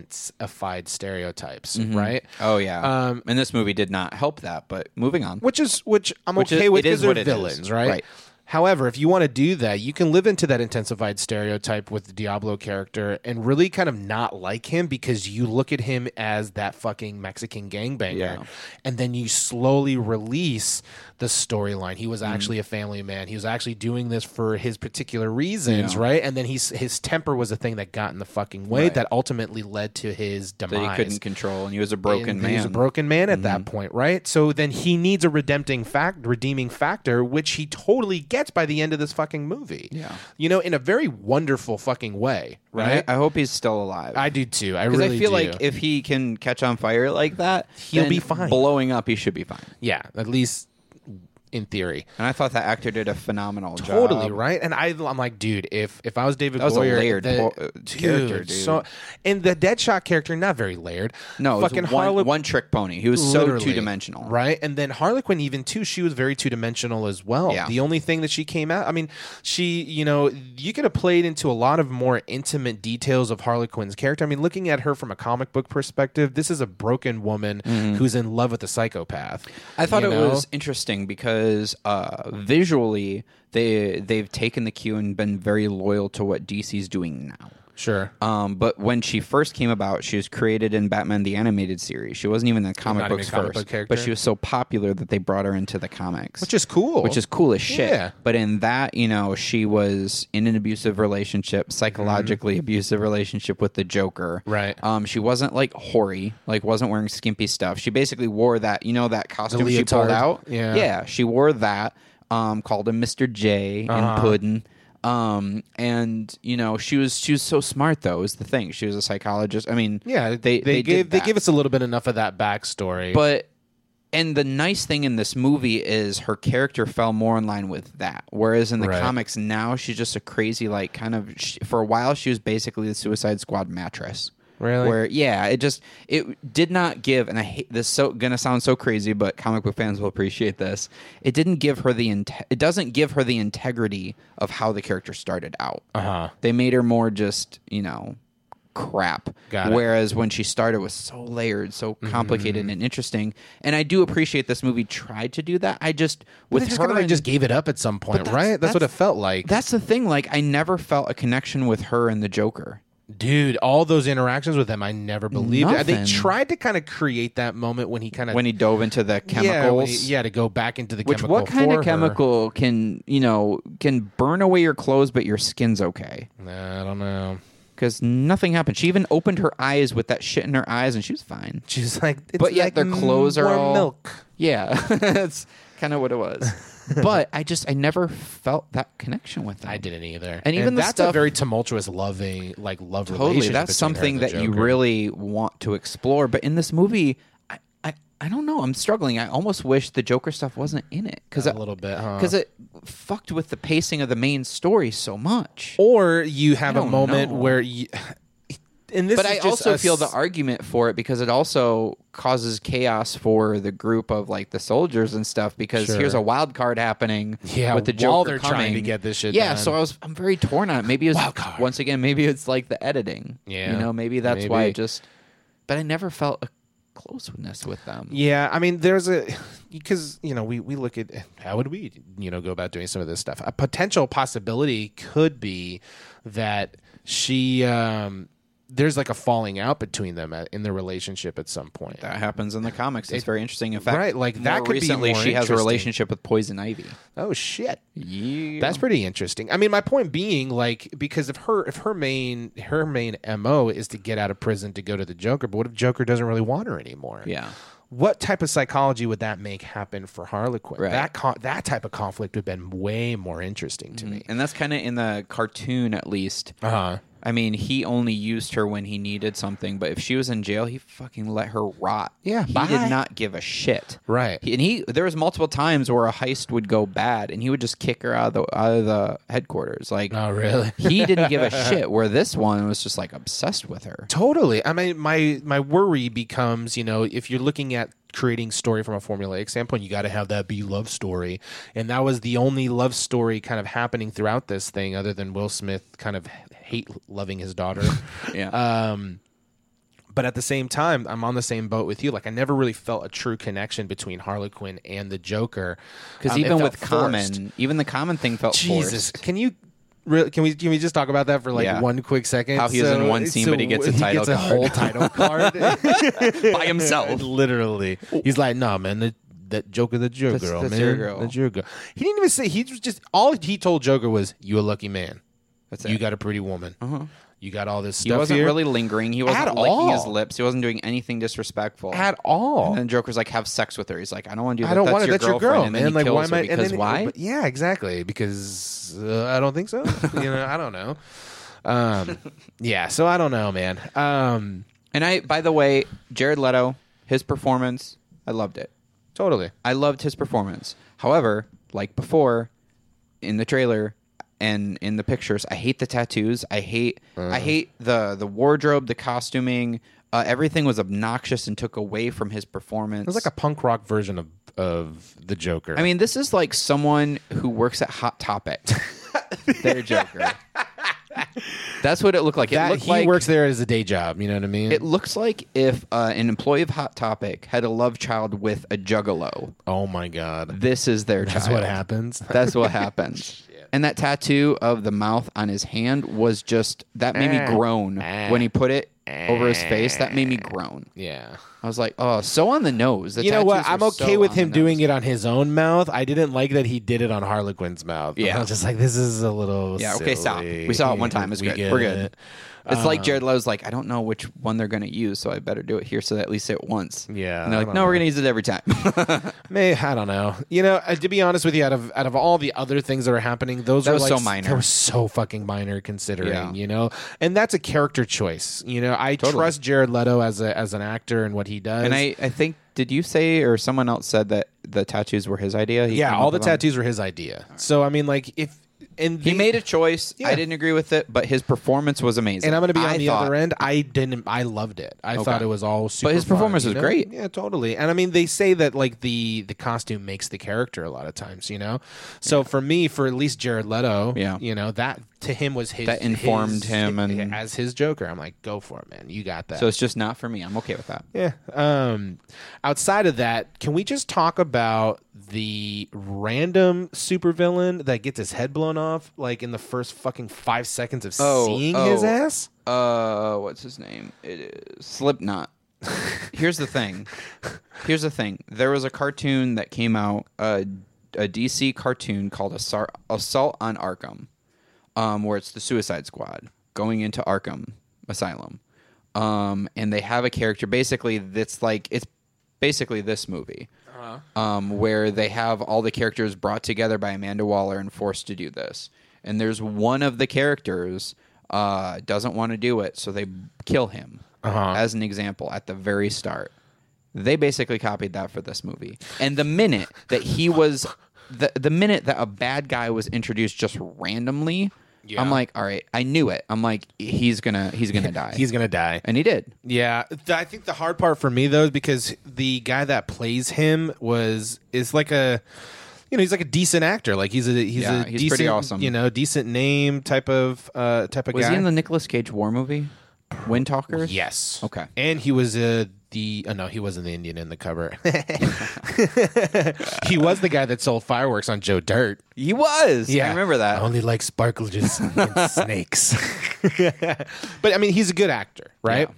S2: intensified stereotypes right
S1: oh yeah,
S2: Um,
S1: and this movie did not help that. But moving on,
S2: which is which i'm
S1: Which is-
S2: okay with
S1: it
S2: because
S1: is what
S2: they're
S1: it is.
S2: villains right?
S1: Right.
S2: However, if you want to do that, you can live into that intensified stereotype with the Diablo character and really kind of not like him because you look at him as that fucking Mexican gangbanger.
S1: Yeah.
S2: And then you slowly release the storyline. He
S1: Mm.
S2: was actually a family man. He was actually doing this for his particular reasons,
S1: Yeah.
S2: right? And then he's, his temper was the thing that got in the fucking way that ultimately led to his demise.
S1: that he couldn't control, and he was a broken
S2: And
S1: man. Mm-hmm.
S2: He was a broken man at that point, right? So then he needs a redempting fact, redeeming factor, which he totally gets by the end of this fucking movie.
S1: Yeah.
S2: you know, in a very wonderful fucking way,
S1: And I-
S2: right?
S1: I, hope he's still alive.
S2: I, do too. I
S1: because
S2: really
S1: I feel
S2: do.
S1: like if he can catch on fire like that,
S2: He'll
S1: then
S2: be fine.
S1: Blowing up, he should be fine.
S2: yeah, at least in theory,
S1: And I thought that actor did a phenomenal job.
S2: totally right. And I, I'm like, dude, if if I was David
S1: That was a
S2: Goyer,
S1: layered
S2: the-
S1: po- uh, character, dude.
S2: so and the Deadshot character, not very layered.
S1: No, it was
S2: fucking
S1: one,
S2: Harley
S1: one trick pony. He was so
S2: Literally,
S1: two dimensional.
S2: right? And then Harley Quinn, even too, she was very two dimensional as well.
S1: Yeah.
S2: The only thing that she came out, I mean, she, you know, you could have played into a lot of more intimate details of Harley Quinn's character. I mean, looking at her from a comic book perspective, this is a broken woman who's in love with a psychopath.
S1: Mm-hmm. I thought
S2: you
S1: it
S2: know?
S1: was interesting because uh, visually they they've taken the cue and been very loyal to what DC's doing now.
S2: sure.
S1: Um, but when she first came about, she was created in Batman the Animated Series. She wasn't even in the comic
S2: Not even a
S1: books
S2: comic book
S1: first,
S2: character.
S1: but she was so popular that they brought her into the comics,
S2: Which is cool.
S1: which is cool as shit.
S2: Yeah.
S1: But in that, you know, she was in an abusive relationship, psychologically abusive relationship with the Joker.
S2: Mm-hmm. Right.
S1: Um, she wasn't like hoary, like wasn't wearing skimpy stuff. She basically wore that, you know, that costume she
S2: leotard.
S1: pulled out.
S2: Yeah.
S1: Yeah. She wore that. Um, called him Mr. J
S2: Uh-huh.
S1: and Puddin. Um, and you know, she was she was so smart though, is the thing. She was a psychologist. I mean,
S2: Yeah,
S1: they they,
S2: gave
S1: did
S2: they
S1: that.
S2: give us a little bit enough of that backstory.
S1: But and the nice thing in this movie is her character fell more in line with that. Whereas in the
S2: Right.
S1: comics now, she's just a crazy like kind of. She, for a while, she was basically the Suicide Squad mattress.
S2: Really?
S1: Where yeah, it just it did not give, and I hate this. So gonna sound so crazy, but comic book fans will appreciate this. It didn't give her the inte- it doesn't give her the integrity of how the character started out. Uh
S2: Uh-huh.
S1: They made her more just you know crap.
S2: Got it. Mm-hmm.
S1: Whereas when she started was so layered, so complicated and interesting. And I do appreciate this movie tried to do that. I just with
S2: they just
S1: her
S2: kind of like
S1: and-
S2: just gave it up at some point,
S1: that's-
S2: right? That's, what it
S1: that's-
S2: felt like.
S1: that's the thing. Like I never felt a connection with her and the Joker.
S2: Dude, all those interactions with him, I never believed. it. They
S1: Nothing.
S2: tried to kind of create that moment when he kind of
S1: When he dove into the chemicals.
S2: Yeah, when he- yeah, to go back into the
S1: Which
S2: chemical.
S1: what kind
S2: for
S1: of
S2: her.
S1: chemical can you know can burn away your clothes but your skin's okay?
S2: Nah, I don't know.
S1: Because nothing happened. She even opened her eyes with that shit in her eyes and she was fine.
S2: She's like, it's
S1: But yet
S2: like
S1: their clothes are
S2: warm
S1: all-
S2: milk.
S1: Yeah, that's kind of what it was. but I just I never felt that connection with them.
S2: I didn't either.
S1: And even the
S2: that's a
S1: stuff-
S2: very tumultuous, loving, like love
S1: totally
S2: relationship.
S1: that's
S2: between her
S1: something
S2: and the
S1: that you
S2: Joker.
S1: really want to explore but in this movie I, I i don't know i'm struggling i almost wish the joker stuff wasn't in it because
S2: a little bit, huh?
S1: because it fucked with the pacing of the main story so much
S2: or you have a
S1: don't
S2: moment
S1: know.
S2: where you. And this
S1: but
S2: is
S1: i
S2: just
S1: also
S2: a
S1: feel the
S2: s-
S1: argument for it because it also causes chaos for the group of like the soldiers and stuff because
S2: Sure.
S1: here's a wild card happening
S2: Yeah,
S1: with the joker
S2: while they're trying
S1: coming.
S2: to get this shit
S1: yeah
S2: done.
S1: so i was i'm very torn on it maybe it's
S2: Wild card.
S1: once again maybe it's like the editing
S2: Yeah.
S1: you know maybe that's why
S2: Maybe.
S1: it just but i never felt a closeness with them
S2: Yeah, I mean, there's a because you know we we look at how would we you know go about doing some of this stuff. A potential possibility could be that she um there's like a falling out between them at, in their relationship at some point.
S1: that happens in the comics it's very interesting in fact
S2: right, like, that
S1: more
S2: could be
S1: recently
S2: more
S1: she has a
S2: interesting.
S1: relationship with poison ivy
S2: oh shit.
S1: yeah
S2: That's pretty interesting. I mean, my point being, like, because if her if her main her main mo is to get out of prison to go to the Joker, but what if Joker doesn't really want her anymore?
S1: yeah
S2: what type of psychology would that make happen for Harlequin?
S1: Right.
S2: That con- that type of conflict would have been way more interesting to me.
S1: and that's kind of in the cartoon at least
S2: Uh huh.
S1: I mean, he only used her when he needed something, but if she was in jail, he fucking let her rot.
S2: Yeah,
S1: he
S2: bye.
S1: did not give a shit.
S2: Right.
S1: He, and he there was multiple times where a heist would go bad, and he would just kick her out of the out of the headquarters. Like,
S2: Oh, really?
S1: he didn't give a shit. Where this one was just like obsessed with her.
S2: Totally. I mean, my my worry becomes, you know, if you're looking at creating story from a formulaic standpoint, you got to have that be love story, and that was the only love story kind of happening throughout this thing,
S1: Uh,
S2: other than Will Smith kind of hate loving his daughter.
S1: Yeah,
S2: Um, But at the same time, I'm on the same boat with you. Like I never really felt a true connection between Harley Quinn and the Joker.
S1: Because
S2: Um, it
S1: even
S2: felt
S1: with
S2: forced.
S1: common, even the common thing felt
S2: Jesus,
S1: forced.
S2: can you? Really, can we can we just talk about that for like
S1: Yeah.
S2: one quick second?
S1: How he was in one scene, but he gets a title
S2: gets a
S1: card.
S2: whole title card.
S1: by himself.
S2: Literally, he's like, "Nah, man, the, that Joker, the Joker,
S1: That's-
S2: oh,
S1: that's
S2: man,
S1: your girl."
S2: the Joker." He didn't even say. He was just all he told Joker was, "You a lucky man.
S1: That's
S2: You
S1: it. Uh-huh.
S2: got a pretty woman. You got all this
S1: He
S2: stuff
S1: wasn't
S2: here."
S1: really lingering. He wasn't
S2: At
S1: licking his
S2: all.
S1: lips. He wasn't doing anything disrespectful.
S2: at all.
S1: and then Joker's like, "Have sex with her." He's like, "I don't want to do that.
S2: I don't
S1: That's
S2: want it.
S1: Your
S2: That's your girl,
S1: girlfriend." And then
S2: man.
S1: he
S2: Like,
S1: kills
S2: why am
S1: her
S2: I? and
S1: Because
S2: then-
S1: why?
S2: but- Yeah, exactly. Because uh, I don't think so. you know, I don't know. Um, yeah. So I don't know, man. Um,
S1: And I, by the way, Jared Leto, his performance, I loved it.
S2: totally.
S1: I loved his performance. However, like before, in the trailer and in the pictures, I hate the tattoos. I hate I
S2: Uh.
S1: hate the the wardrobe, the costuming. Uh, everything was obnoxious and took away from his performance.
S2: It was like a punk rock version of of the Joker.
S1: I mean, this is like someone who works at Hot Topic. Their Joker. That's what it looked like. It
S2: that
S1: looked
S2: he
S1: like
S2: works there as a day job. You know what I mean?
S1: It looks like if uh, an employee of Hot Topic had a love child with a juggalo.
S2: oh my god,
S1: This is their
S2: that's
S1: child.
S2: what happens.
S1: That's what happens. and that tattoo of the mouth on his hand was just that made
S2: Eh.
S1: me groan when he put it over his face. That made me groan.
S2: yeah.
S1: I was like, oh, so on the nose. The
S2: Eh. You know what?
S1: tattoos
S2: I'm
S1: were
S2: okay
S1: so
S2: with
S1: on the
S2: him
S1: nose.
S2: doing it on his own mouth. I didn't like that he did it on Harlequin's mouth.
S1: Yeah.
S2: I was just like, this is a little.
S1: Yeah, okay, stop.
S2: silly.
S1: We saw it one time. It's
S2: We
S1: good.
S2: get
S1: We're good.
S2: it. Um,
S1: It's like Jared Leto's like, I don't know which one they're going to use, so I better do it here so that at least it once.
S2: Yeah,
S1: And
S2: I
S1: they're like,
S2: don't
S1: no, we're
S2: know.
S1: going to use it every time. that
S2: May I don't know. You know, uh, to be honest with you, out of out of all the other things that are happening, those
S1: That
S2: were
S1: was
S2: like,
S1: so
S2: s-
S1: minor.
S2: They were so fucking minor considering.
S1: Yeah.
S2: You know, and that's a character choice. You know, I
S1: Totally.
S2: trust Jared Leto as a as an actor and what he does.
S1: And I, I think, did you say or someone else said that the tattoos were his idea? He
S2: yeah,
S1: came
S2: all
S1: up
S2: the
S1: with them?
S2: tattoos were his idea. So I mean, like if and
S1: He
S2: they-
S1: made a choice.
S2: Yeah.
S1: I didn't agree with it, but his performance was amazing.
S2: And I'm going to be on
S1: I
S2: the
S1: thought-
S2: other end. I didn't. I loved it. I thought it was all super.
S1: his
S2: fun,
S1: performance
S2: you
S1: was
S2: know?
S1: great.
S2: Yeah, totally. And I mean, they say that like the the costume makes the character a lot of times. You know, so for me, for at least Jared Leto,
S1: Yeah.
S2: you know that to him was his
S1: That informed
S2: his-
S1: him and-
S2: as his Joker. I'm like, go for it, man. You got that.
S1: So it's just not for me. I'm okay with that.
S2: Yeah. Um, outside of that, can we just talk about the random supervillain that gets his head blown off, like in the first fucking five seconds of
S1: Oh,
S2: seeing
S1: oh.
S2: his ass?
S1: Uh, what's his name? It is Slipknot. Here's the thing. Here's the thing. There was a cartoon that came out, uh, a DC cartoon called Assar- Assault on Arkham, um, where it's the Suicide Squad going into Arkham Asylum, um, and they have a character basically that's like it's basically this movie. Um, where they have all the characters brought together by Amanda Waller and forced to do this. And there's one of the characters uh, doesn't want to do it, so they kill him
S2: Uh-huh.
S1: as an example at the very start. They basically copied that for this movie. And the minute that he was the the minute that a bad guy was introduced just randomly,
S2: Yeah.
S1: I'm like, all right, I knew it. I'm like, he's gonna he's gonna die.
S2: He's gonna die.
S1: and he did.
S2: Yeah, th- I think the hard part for me though is because the guy that plays him was is like a you know he's like a decent actor. Like he's a he's
S1: Yeah,
S2: a
S1: he's pretty
S2: decent,
S1: awesome.
S2: You know, decent name type of uh type of
S1: Was
S2: guy.
S1: he in the Nicolas Cage war movie? Wind Talkers?
S2: yes.
S1: Okay.
S2: And he was uh, the oh no, he wasn't the Indian in the cover. he was the guy that sold fireworks on Joe Dirt.
S1: He was. I remember that.
S2: I only like sparklers and snakes. but I mean, he's a good actor, right?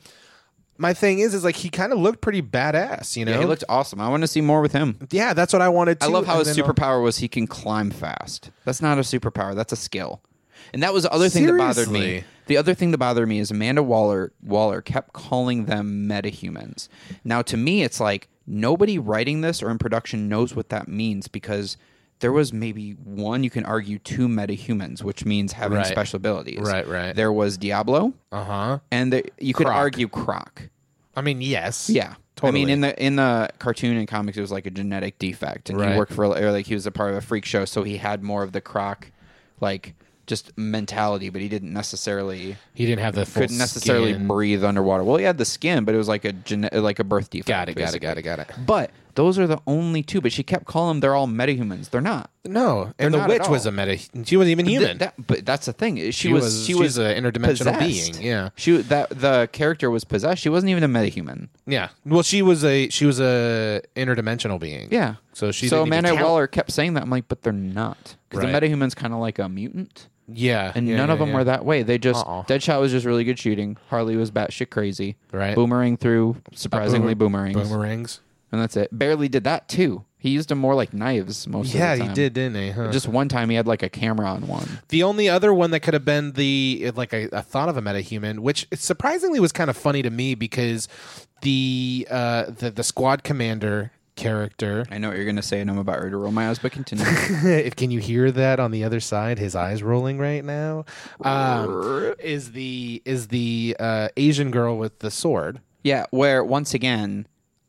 S2: My thing is, is like he kind of looked pretty badass, you know.
S1: Yeah, he looked awesome. I want to see more with him.
S2: Yeah, that's what I wanted. to
S1: I love how
S2: and
S1: his
S2: then uh, I'll-
S1: superpower was he can climb fast. That's not a superpower. That's a skill. And that was the other thing that bothered me.
S2: Seriously?
S1: The other thing that bothered me is Amanda Waller Waller kept calling them metahumans. Now to me it's like nobody writing this or in production knows what that means because there was maybe one you can argue two metahumans, which means having
S2: Right.
S1: special abilities.
S2: Right, right.
S1: There was Diablo
S2: Uh-huh.
S1: and there, you could
S2: Croc.
S1: argue Croc.
S2: I mean, yes.
S1: Yeah.
S2: Totally.
S1: I mean, in the in the cartoon and comics, it was like a genetic defect, and
S2: Right.
S1: he worked for or like he was a part of a freak show, so he had more of the croc, like just mentality, but he didn't necessarily
S2: he didn't have the full
S1: couldn't necessarily
S2: skin.
S1: breathe underwater. Well, he had the skin, but it was like a gene- like a birth defect.
S2: Got it, got it, got it, got it.
S1: But Those are the only two, but she kept calling them they're all metahumans. They're not.
S2: No, and the
S1: not at
S2: witch was
S1: all.
S2: a meta. She wasn't even human.
S1: Th- that- but that's the thing. She,
S2: She
S1: was,
S2: was-
S1: she
S2: she's
S1: was
S2: a interdimensional
S1: possessed.
S2: being, yeah.
S1: She that the character was possessed. She wasn't even a metahuman.
S2: yeah. Well, she was a she was a interdimensional being.
S1: Yeah.
S2: So she
S1: So
S2: didn't even
S1: Amanda
S2: count.
S1: Waller kept saying that. I'm like, but they're not because
S2: Right.
S1: the metahuman's kind of like a mutant,
S2: Yeah.
S1: and
S2: yeah,
S1: none of
S2: yeah,
S1: them
S2: yeah.
S1: were that way. They just
S2: Uh-uh.
S1: Deadshot was just really good shooting. Harley was batshit crazy.
S2: Right.
S1: Boomerang through surprisingly
S2: Boomer-
S1: boomerangs,
S2: Boomerangs.
S1: and that's it. Barely did that too. He used them more like knives most
S2: Yeah,
S1: of the time.
S2: he did, didn't he? Huh?
S1: Just one time he had like a camera on one.
S2: The only other one that could have been the like a, a thought of a metahuman, which surprisingly was kind of funny to me because the uh, the the squad commander character.
S1: I know what you're gonna say, and I'm about ready to roll my eyes, but continue.
S2: if can you hear that on the other side, his eyes rolling right now. Um, is the is the uh, Asian girl with the sword?
S1: Yeah, where once again,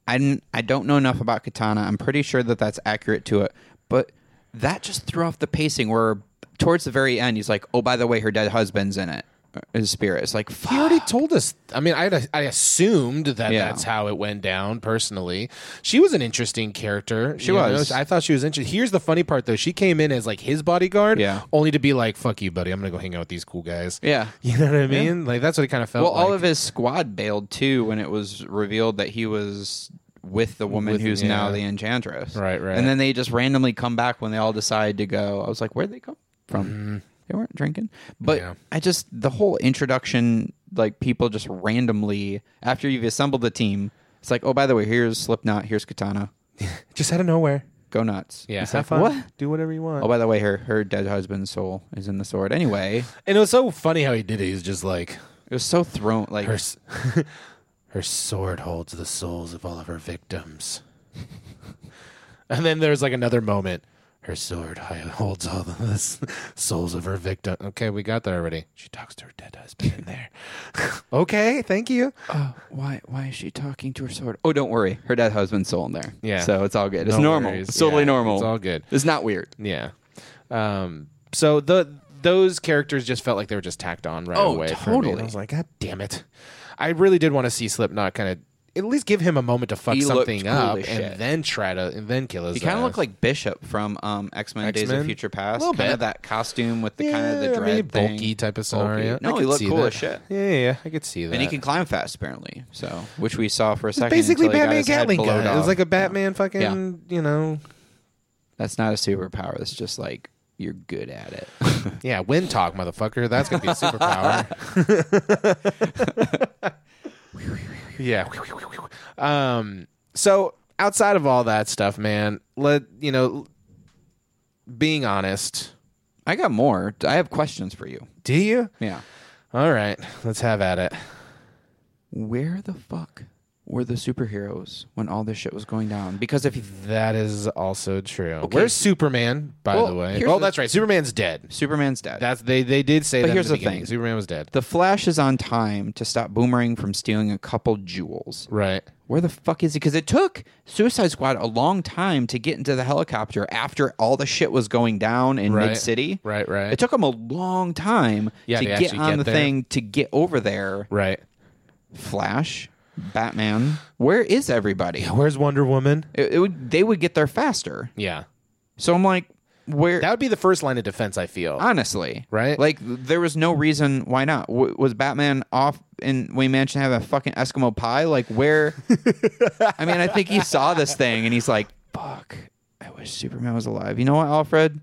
S1: I didn't- I don't know enough about Katana. I'm pretty sure that that's accurate to it, but that just threw off the pacing. Where towards the very end, he's like, "Oh, by the way, her dead husband's in it. uh, His spirit." It's like,
S2: He
S1: fuck.
S2: already told us. I mean, I, had- I assumed that
S1: Yeah.
S2: that's how it went down. Personally, she was an interesting character. She
S1: was.
S2: I thought she was interesting. Here's the funny part, though. She came in as like his bodyguard,
S1: Yeah.
S2: only to be like, "Fuck you, buddy. I'm gonna go hang out with these cool guys."
S1: Yeah.
S2: You know what I mean? Like that's what it kind of felt.
S1: Well,
S2: like.
S1: all of his squad bailed too when it was revealed that he was with the woman
S2: With-
S1: who's now
S2: yeah.
S1: the enchantress.
S2: Right, right.
S1: And then they just randomly come back when they all decide to go. I was like, where'd they come from? They weren't drinking. But
S2: Mm-hmm. Yeah.
S1: I just, the whole introduction, like people just randomly, after you've assembled the team, it's like, oh, by the way, here's Slipknot, here's Katana.
S2: just out of nowhere.
S1: Go nuts.
S2: Yeah,
S1: It's
S2: have
S1: like,
S2: fun.
S1: What?
S2: Do whatever you want.
S1: Oh, by the way, her, her dead husband's soul is in the sword. Anyway,
S2: and it was so funny how he did it. He's just like,
S1: it was so thrown. Like,
S2: her, s- her sword holds the souls of all of her victims. and then there's like another moment. Her sword hi- holds all the s- souls of her victim. Okay, we got that already. She talks to her dead husband in there. okay, thank you.
S1: Oh, why why is she talking to her sword? Oh, don't worry. Her dead husband's still in there.
S2: Yeah.
S1: So it's all good. It's
S2: No
S1: normal.
S2: worries.
S1: It's totally
S2: Yeah,
S1: normal.
S2: It's all good.
S1: It's not weird.
S2: Yeah. Um, so the those characters just felt like they were just tacked on right
S1: Oh,
S2: away. for me.
S1: totally.
S2: And I was like, God damn it! I really did want to see Slipknot kind of at least give him a moment to fuck
S1: He looked
S2: something
S1: cool
S2: up
S1: as shit.
S2: and then try to and then kill his.
S1: He kind of
S2: ass.
S1: looked like Bishop from um, X Men Days
S2: X-Men?
S1: of Future Past.
S2: Little
S1: kind
S2: bit.
S1: of that costume with the kind of
S2: Yeah,
S1: the
S2: I
S1: dread
S2: mean,
S1: thing.
S2: bulky type of scenario.
S1: No,
S2: I
S1: he
S2: could
S1: looked
S2: see
S1: cool
S2: that.
S1: as shit.
S2: Yeah, yeah, yeah, I could see that.
S1: And he can climb fast apparently. So which we saw for a second.
S2: basically
S1: until he got
S2: Batman
S1: his head
S2: Gatling
S1: blowed
S2: guy. It was
S1: off.
S2: like a Batman fucking you know
S1: That's not a superpower. That's just like you're good at it.
S2: yeah wind talk motherfucker. That's gonna be a superpower. yeah. Um. So outside of all that stuff, man, let you know. Being honest,
S1: I got more. I have questions for you.
S2: do you?
S1: Yeah.
S2: All right, let's have at it.
S1: Where the fuck were the superheroes when all this shit was going down? Because if you
S2: That is also true. Where's Superman? By
S1: Well,
S2: the way,
S1: here's
S2: oh,
S1: the-
S2: that's right. Superman's dead.
S1: Superman's dead.
S2: That's they. They did say. But
S1: here's the
S2: beginning.
S1: thing.
S2: Superman was dead.
S1: The Flash is on time to stop Boomerang from stealing a couple jewels.
S2: Right.
S1: Where the fuck is he? Because it took Suicide Squad a long time to get into the helicopter after all the shit was going down in
S2: Right.
S1: mid city.
S2: Right, right.
S1: It took them a long time
S2: Yeah,
S1: to
S2: to
S1: get
S2: actually
S1: on
S2: get
S1: the
S2: there.
S1: thing to get over there.
S2: Right.
S1: Flash, Batman, where is everybody?
S2: Where's Wonder Woman?
S1: It, it would, they would get there faster.
S2: Yeah.
S1: So I'm like, where?
S2: That would be the first line of defense, I feel.
S1: honestly,
S2: Right?
S1: Like there was no reason why not. W- was Batman off in Wayne Mansion have a fucking Eskimo pie? Like where? I mean, I think he saw this thing and he's like, "Fuck, I wish Superman was alive." You know what, Alfred?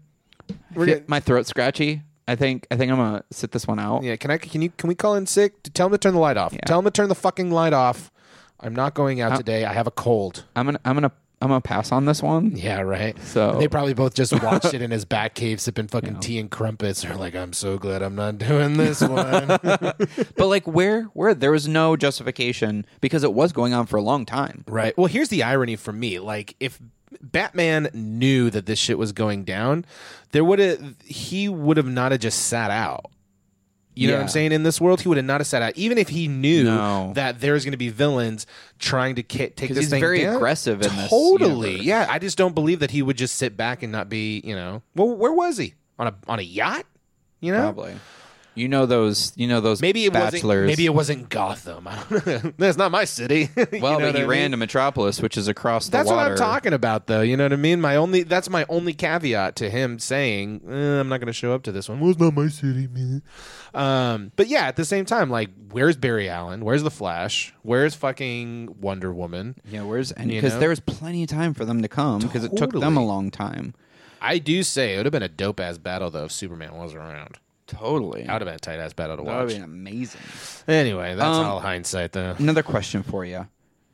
S1: I
S2: We're
S1: feel-
S2: gonna-
S1: my throat's scratchy. I think I think I'm gonna sit this one out.
S2: yeah, can I can you can we call in sick? Tell him to turn the light off. Tell him to turn the fucking light off. I'm not going out today. I have a cold.
S1: I'm gonna I'm gonna I'm gonna pass on this one.
S2: Yeah, right.
S1: So-
S2: they probably both just watched it in his back cave sipping fucking tea and crumpets. They're like, I'm so glad I'm not doing this one.
S1: But like where where there was no justification because it was going on for a long time.
S2: Right. Well, here's the irony for me. Like, if Batman knew that this shit was going down, there would have he would have not have just sat out. You know what
S1: Yeah.
S2: I'm saying? In this world, he would have not have sat out, even if he knew
S1: No.
S2: that there's going to be villains trying to ki- take this
S1: he's
S2: thing
S1: very
S2: down.
S1: aggressive in this
S2: totally.
S1: universe.
S2: yeah, I just don't believe that he would just sit back and not be. You know, well, where was he on a on a yacht? You know,
S1: Probably. You know those. You know those.
S2: Maybe it wasn't.
S1: bachelors.
S2: Maybe it wasn't Gotham. I don't know. That's not my city. You
S1: well,
S2: know
S1: but
S2: what
S1: he
S2: I
S1: ran
S2: mean?
S1: to Metropolis, which is across the
S2: That's
S1: water.
S2: what I'm talking about, though. You know what I mean? My only that's my only caveat to him saying eh, I'm not going to show up to this one. Well, it's not my city, man. Um, but yeah, at the same time, like, where's Barry Allen? Where's the Flash? Where's fucking Wonder Woman?
S1: Yeah, where's and
S2: You
S1: because
S2: know?
S1: there was plenty of time for them to come because it took them
S2: Totally.
S1: a long time.
S2: I do say it would have been a dope ass battle though if Superman was around.
S1: Totally,
S2: That would have been a tight ass battle to
S1: that would have
S2: watch.
S1: been amazing.
S2: Anyway, that's
S1: Um,
S2: all hindsight though.
S1: Another question for you: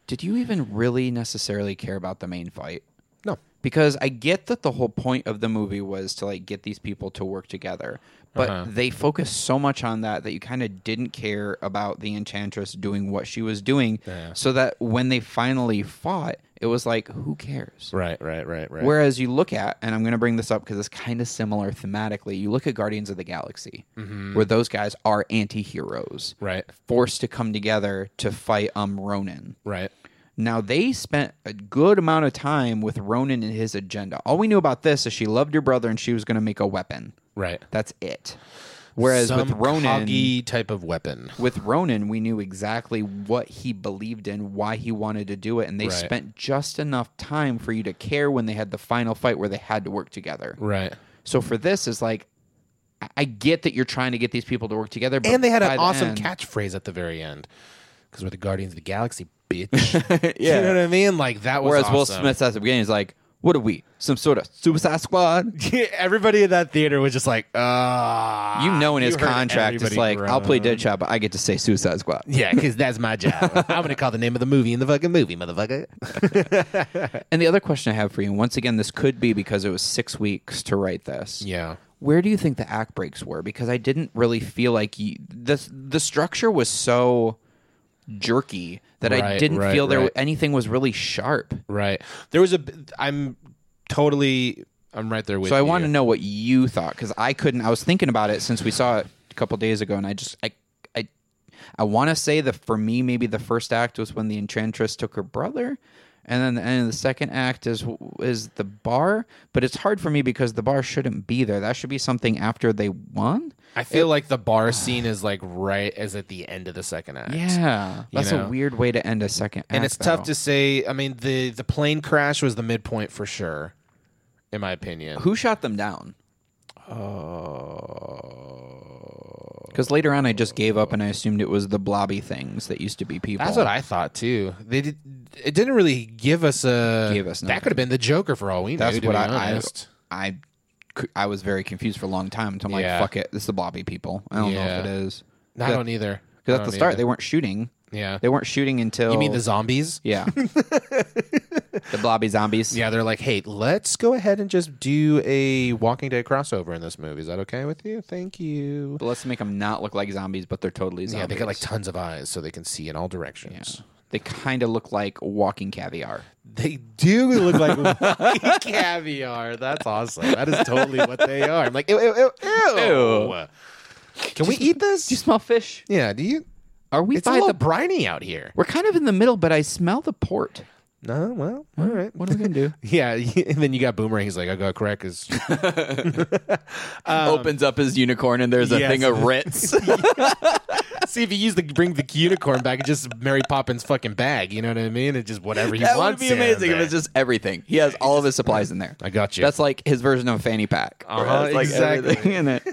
S1: Did you even really necessarily care about the main fight?
S2: No,
S1: because I get that the whole point of the movie was to like get these people to work together, but they focused so much on that that you kind of didn't care about the enchantress doing what she was doing, so that when they finally fought, it was like who cares.
S2: right, right, right, right.
S1: Whereas you look at, and I'm going to bring this up because it's kind of similar thematically. You look at Guardians of the Galaxy, where those guys are anti-heroes,
S2: Mm-hmm. Right.
S1: Forced to come together to fight um Ronan,
S2: right.
S1: now they spent a good amount of time with Ronan and his agenda. All we knew about this is she loved your brother and she was going to make a weapon.
S2: Right.
S1: That's it. Whereas
S2: Some
S1: with Ronan,
S2: coggy type of weapon.
S1: with Ronan, we knew exactly what he believed in, why he wanted to do it, and they
S2: Right.
S1: spent just enough time for you to care when they had the final fight where they had to work together.
S2: Right.
S1: So for this is like, I- I get that you're trying to get these people to work together, but
S2: And they had
S1: by
S2: an
S1: the
S2: awesome
S1: end-
S2: catchphrase at the very end. Because we're the Guardians of the Galaxy, bitch.
S1: Yeah.
S2: You know what I mean? Like that was
S1: Whereas Will
S2: awesome.
S1: Smith at the beginning is like, "What are we? Some sort of Suicide Squad?"
S2: Everybody in that theater was just like, ah.
S1: you know in his
S2: heard
S1: contract it's
S2: everybody
S1: like I'll play
S2: groan.
S1: Deadshot, but I get to say Suicide Squad.
S2: Yeah, because that's my job. I'm gonna call the name of the movie in the fucking movie, motherfucker.
S1: And the other question I have for you, and once again, this could be because it was six weeks to write this.
S2: Yeah.
S1: Where do you think the act breaks were? Because I didn't really feel like you, the the structure was so jerky that I
S2: Right,
S1: didn't
S2: right,
S1: feel there
S2: right.
S1: anything was really sharp.
S2: Right. There was a. I'm totally. I'm right there with.
S1: So I
S2: you.
S1: want to know what you thought because I couldn't. I was thinking about it since we saw it a couple days ago, and I just I I I want to say that for me, maybe the first act was when the enchantress took her brother, and then the end of the second act is is the bar. But it's hard for me because the bar shouldn't be there. That should be something after they won.
S2: I feel like the bar scene is like right as at the end of the second act.
S1: Yeah, that's
S2: know.
S1: a weird way to end a second.
S2: And it's tough to say. I mean, the the plane crash was the midpoint for sure, in my opinion.
S1: who shot them down. Because Oh. later on, I just gave up and I assumed it was the blobby things that used to be people.
S2: That's what I thought too. They did. It didn't really give us a.
S1: Gave us
S2: that could have been the Joker for all we
S1: That's
S2: knew. to
S1: what
S2: be
S1: I, I,
S2: honest.
S1: I cou- I was very confused for a long time until I'm
S2: Yeah.
S1: like, fuck it, this is the blobby people. I don't know
S2: Yeah.
S1: if it is
S2: I don't either.
S1: because
S2: I
S1: at the
S2: don't
S1: start
S2: either.
S1: they weren't shooting.
S2: yeah.
S1: They weren't shooting until
S2: You mean the zombies?
S1: yeah the blobby zombies.
S2: Yeah, they're like, hey, let's go ahead and just do a Walking Dead crossover in this movie. Is that okay with you? Thank you.
S1: But let's make them not look like zombies, but they're totally zombies.
S2: Yeah, they got like tons of eyes so they can see in all directions.
S1: they kind of look like walking caviar.
S2: They do look like caviar. That's awesome. That is totally what they are. I'm like, ew, ew, ew, ew.
S1: Ew.
S2: Can we eat this?
S1: Do you smell fish?
S2: yeah, do you?
S1: Are we
S2: It's a
S1: by
S2: little
S1: the?
S2: briny out here.
S1: We're kind of in the middle, but I smell the port.
S2: No, well, all right.
S1: What are we gonna do?
S2: Yeah, and then you got Boomerang. He's like, I got crack. Is
S1: Opens up his unicorn and there's
S2: Um, yes.
S1: Ritz.
S2: See if you use the bring the unicorn back, it's just Mary Poppins fucking bag. You know what I mean? It's just whatever he
S1: that would
S2: wants.
S1: be
S2: in
S1: amazing if
S2: there.
S1: it's just everything. He has all of his supplies in there.
S2: I got you.
S1: That's like his version of a fanny pack. where
S2: Uh-huh,
S1: it's like
S2: exactly. Um,
S1: everything in it.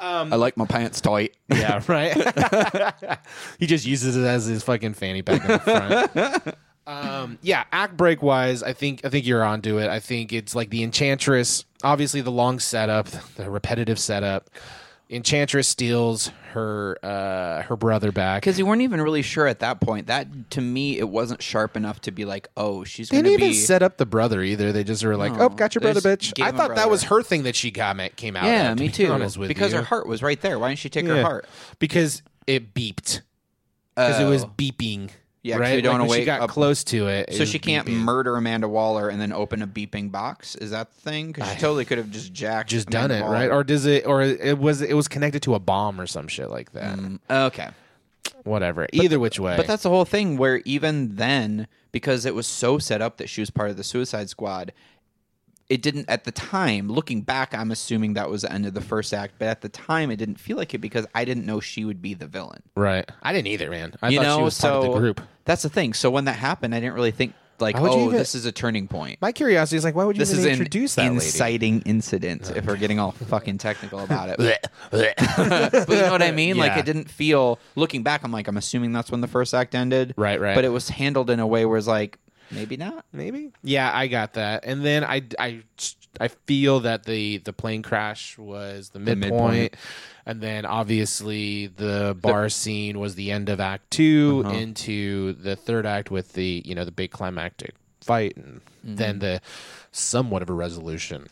S1: I like my pants tight.
S2: yeah, right. he just uses it as his fucking fanny pack in the front. Um, yeah, act break wise, I think I think you're onto it. I think it's like the Enchantress. Obviously, the long setup, the repetitive setup. Enchantress steals her uh, her brother back.
S1: Because you weren't even really sure at that point. That to me, it wasn't sharp enough to be like, oh, she's
S2: They
S1: going
S2: didn't
S1: to
S2: even
S1: be.
S2: set up the brother either. They just were like,
S1: No,
S2: "Oh, got your
S1: they
S2: brother,
S1: just
S2: bitch."
S1: gave
S2: I
S1: him
S2: thought that
S1: brother.
S2: was her thing that she got came out.
S1: yeah,
S2: of, to
S1: me
S2: be
S1: too.
S2: honest with
S1: because
S2: you.
S1: her heart was right there. Why didn't she take her
S2: Yeah.
S1: heart?
S2: because it beeped because it was
S1: Oh.
S2: beeping.
S1: Yeah, 'cause
S2: right.
S1: we don't
S2: Like, when
S1: wanna
S2: she got
S1: wake up-
S2: close to it. it
S1: So
S2: was
S1: she can't
S2: beeping.
S1: murder Amanda Waller and then open a beeping box. Is that the thing? Because she totally could have just jacked,
S2: just done it,
S1: Amanda
S2: right?
S1: Waller.
S2: Or does it? Or it was it was connected to a bomb or some shit like that.
S1: okay.
S2: Whatever. Either which way.
S1: Mm. But that's the whole thing where even then, because it was so set up that she was part of the Suicide Squad, it didn't at the time. Looking back, I'm assuming that was the end of the first act, but at the time, it didn't feel like it because I didn't know she would be the villain.
S2: Right. I didn't either, man. I
S1: you
S2: thought
S1: know,
S2: she was
S1: so
S2: part of the group.
S1: that's the thing. So when that happened, I didn't really think like,
S2: Why would you
S1: oh,
S2: even-
S1: this is a turning point.
S2: My curiosity is like, why would you
S1: This
S2: even
S1: is an
S2: introduce that
S1: inciting incident. If we're getting all fucking technical about it,
S2: lady?
S1: but you know what I mean? Like
S2: Yeah.
S1: it didn't feel looking back, I'm like, I'm assuming that's when the first act ended.
S2: Right, right.
S1: But it was handled in a way where it's like, maybe not.
S2: Maybe. Yeah, I got that. And then I, I, I feel that the the plane crash was the midpoint,
S1: midpoint.
S2: and then obviously the Uh-huh. bar scene was the end of Act 2 into the third act with the you know the big climactic fight, and then the somewhat of a resolution.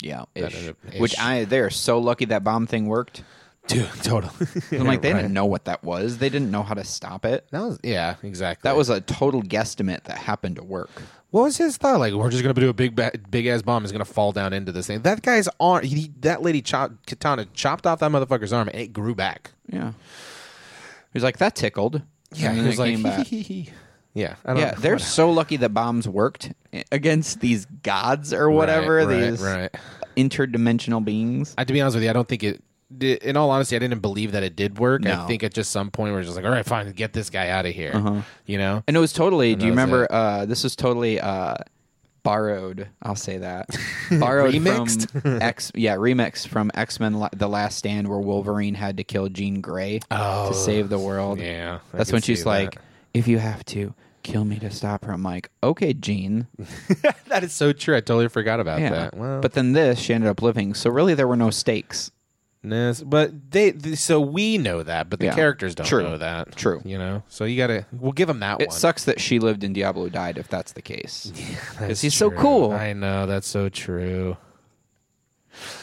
S1: Yeah.
S2: ended
S1: Ish.
S2: up ish.
S1: Which I they are so lucky that bomb thing worked.
S2: Dude, totally.
S1: I'm like, they
S2: Right.
S1: didn't know what that was. They didn't know how to stop it.
S2: That was yeah, exactly.
S1: That was a total guesstimate that happened to work.
S2: What was his thought? Like, we're just gonna do a big, ba- big ass bomb. Is gonna fall down into this thing. That guy's arm. He, that lady, chopped, katana, chopped off that motherfucker's arm, and it grew back.
S1: Yeah. He was like, that tickled.
S2: Yeah,
S1: And
S2: he
S1: then
S2: was
S1: it
S2: like,
S1: came back.
S2: yeah, I don't
S1: Yeah, they're so lucky that bombs worked against these gods or whatever,
S2: Right, right,
S1: these
S2: right.
S1: interdimensional beings.
S2: I, to be honest with you, I don't think it. di- In all honesty, I didn't believe that it did work. I
S1: No. Uh-huh.
S2: think at just some point we're just like, all right, fine, get this guy out of here. You know,
S1: And it was totally. Do you
S2: that was
S1: remember? Uh, this was totally uh, borrowed. I'll say that borrowed from
S2: Remixed?
S1: X. Yeah, remix from X Men: The Last Stand, where Wolverine had to kill Jean Grey
S2: Oh,
S1: to save the world.
S2: yeah, I
S1: that's
S2: can
S1: when
S2: see
S1: she's
S2: that.
S1: like, "If you have to." Kill me to stop her. I'm like, okay, Jean.
S2: that is so true. I totally forgot about
S1: Yeah.
S2: that. Well,
S1: but then this, she ended up living. So really, there were no stakes.
S2: Yes, but they, th so we know that, but the
S1: Yeah.
S2: characters don't
S1: True.
S2: know that.
S1: True.
S2: You know, so you gotta. We'll give them that
S1: It
S2: one.
S1: sucks that she lived and Diablo died. If that's the case, because
S2: That's
S1: he's so
S2: true.
S1: cool.
S2: I know that's so true.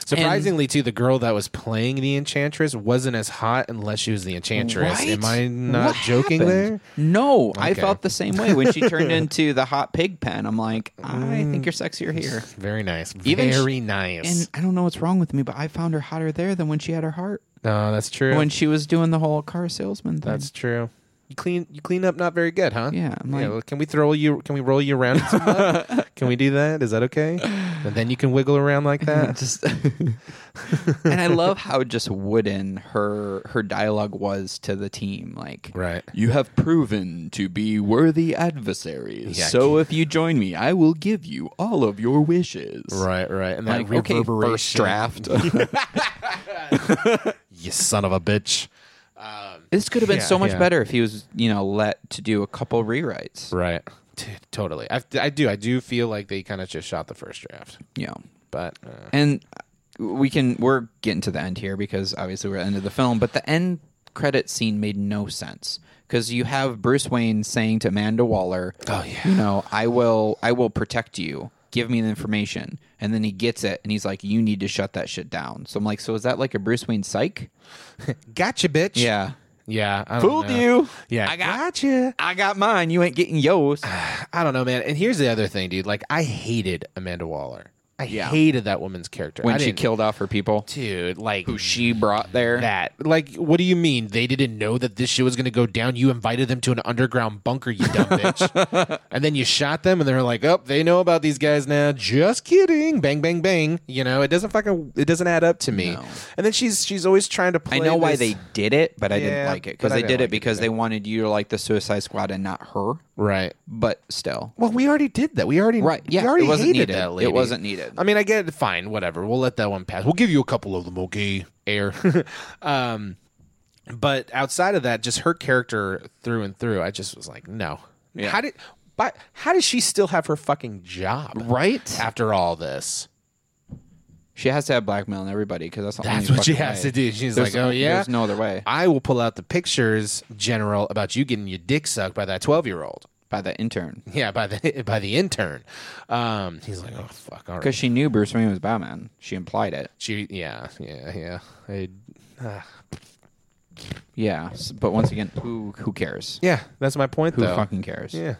S2: Surprisingly, too, the girl that was playing the Enchantress wasn't as hot unless she was the Enchantress. Am I
S1: Right?
S2: not
S1: What
S2: joking
S1: happened?
S2: there?
S1: No, I
S2: Okay.
S1: felt the same way when she turned into the hot pig pen. I'm like, I
S2: Mm.
S1: think you're sexier here.
S2: Very nice.
S1: Even sh-
S2: Very nice.
S1: And I don't know what's wrong with me, but I found her hotter there than when she had her heart.
S2: no, that's true.
S1: When she was doing the whole car salesman thing.
S2: that's true. You clean you clean up not very good, huh?
S1: Yeah, I'm like-
S2: well, can we throw you can we roll you around? in some mud? can we do that? Is that okay? And then you can wiggle around like that.
S1: just And I love how just wooden her her dialogue was to the team. Like
S2: Right.
S1: you have proven to be worthy adversaries.
S2: Yeah.
S1: So if you join me, I will give you all of your wishes.
S2: Right, right. And
S1: Like, okay, first draft.
S2: You son of a bitch.
S1: This could have been
S2: Yeah,
S1: so much
S2: yeah.
S1: better if he was, you know, let to do a couple rewrites.
S2: Right. Dude, totally. I, I do. I do feel like they kind of just shot the first draft.
S1: You know,
S2: But uh,
S1: and we can we're getting to the end here because obviously we're at the end of the film, but the end credit scene made no sense because you have Bruce Wayne saying to Amanda Waller,
S2: Oh, yeah.
S1: you know, I will, I will protect you. Give me the information." And then he gets it, and he's like, "You need to shut that shit down." So I'm like, "So is that like a Bruce Wayne psych?"
S2: gotcha, bitch.
S1: Yeah,
S2: Yeah. I don't
S1: fooled
S2: know.
S1: you.
S2: Yeah.
S1: I got-
S2: gotcha.
S1: I got mine. You ain't getting yours.
S2: I don't know, man. And here's the other thing, dude. Like, I hated Amanda Waller. I
S1: Yeah.
S2: hated that woman's character. I
S1: When she
S2: didn't-
S1: killed off her people,
S2: dude, like
S1: who she brought there.
S2: that. Like, what do you mean they didn't know that this shit was going to go down? You invited them to an underground bunker, you dumb bitch, and then you shot them, and they're like, "Oh, they know about these guys now." Just kidding. Bang, bang, bang. You know, it doesn't fucking, it doesn't add up to me.
S1: No.
S2: And then she's she's always trying to
S1: I
S2: play.
S1: know why
S2: this-
S1: they did it, but I didn't
S2: Yeah,
S1: like it
S2: but
S1: because
S2: I
S1: they
S2: didn't
S1: did
S2: like
S1: it
S2: it
S1: because they wanted you to like the Suicide Squad and not her.
S2: right.
S1: But still,
S2: Well, we already did that. We already
S1: right? Yeah,
S2: we already
S1: it wasn't
S2: hated
S1: needed.
S2: that lady.
S1: It wasn't needed.
S2: I mean, I get it. Fine, whatever. We'll let that one pass. We'll give you a couple of them, okay? Air. um, but outside of that, just her character through and through, I just was like, no.
S1: Yeah.
S2: How did? But how does she still have her fucking job
S1: right?
S2: after all this?
S1: She has to have blackmail on everybody because that's the
S2: That's
S1: only
S2: what she
S1: fucking
S2: has
S1: way.
S2: to do. She's
S1: There's-
S2: like, oh yeah.
S1: there's no other way.
S2: I will pull out the pictures, General, about you getting your dick sucked by that twelve-year-old.
S1: By the intern
S2: Yeah, by the by the intern. Um, he's like, oh fuck, all right.
S1: because she knew Bruce Wayne was Batman. She implied it.
S2: She, yeah, yeah, yeah. I,
S1: Yeah, s- but once again, who who cares?
S2: yeah, that's my point,
S1: Who
S2: though.
S1: fucking cares?
S2: yeah.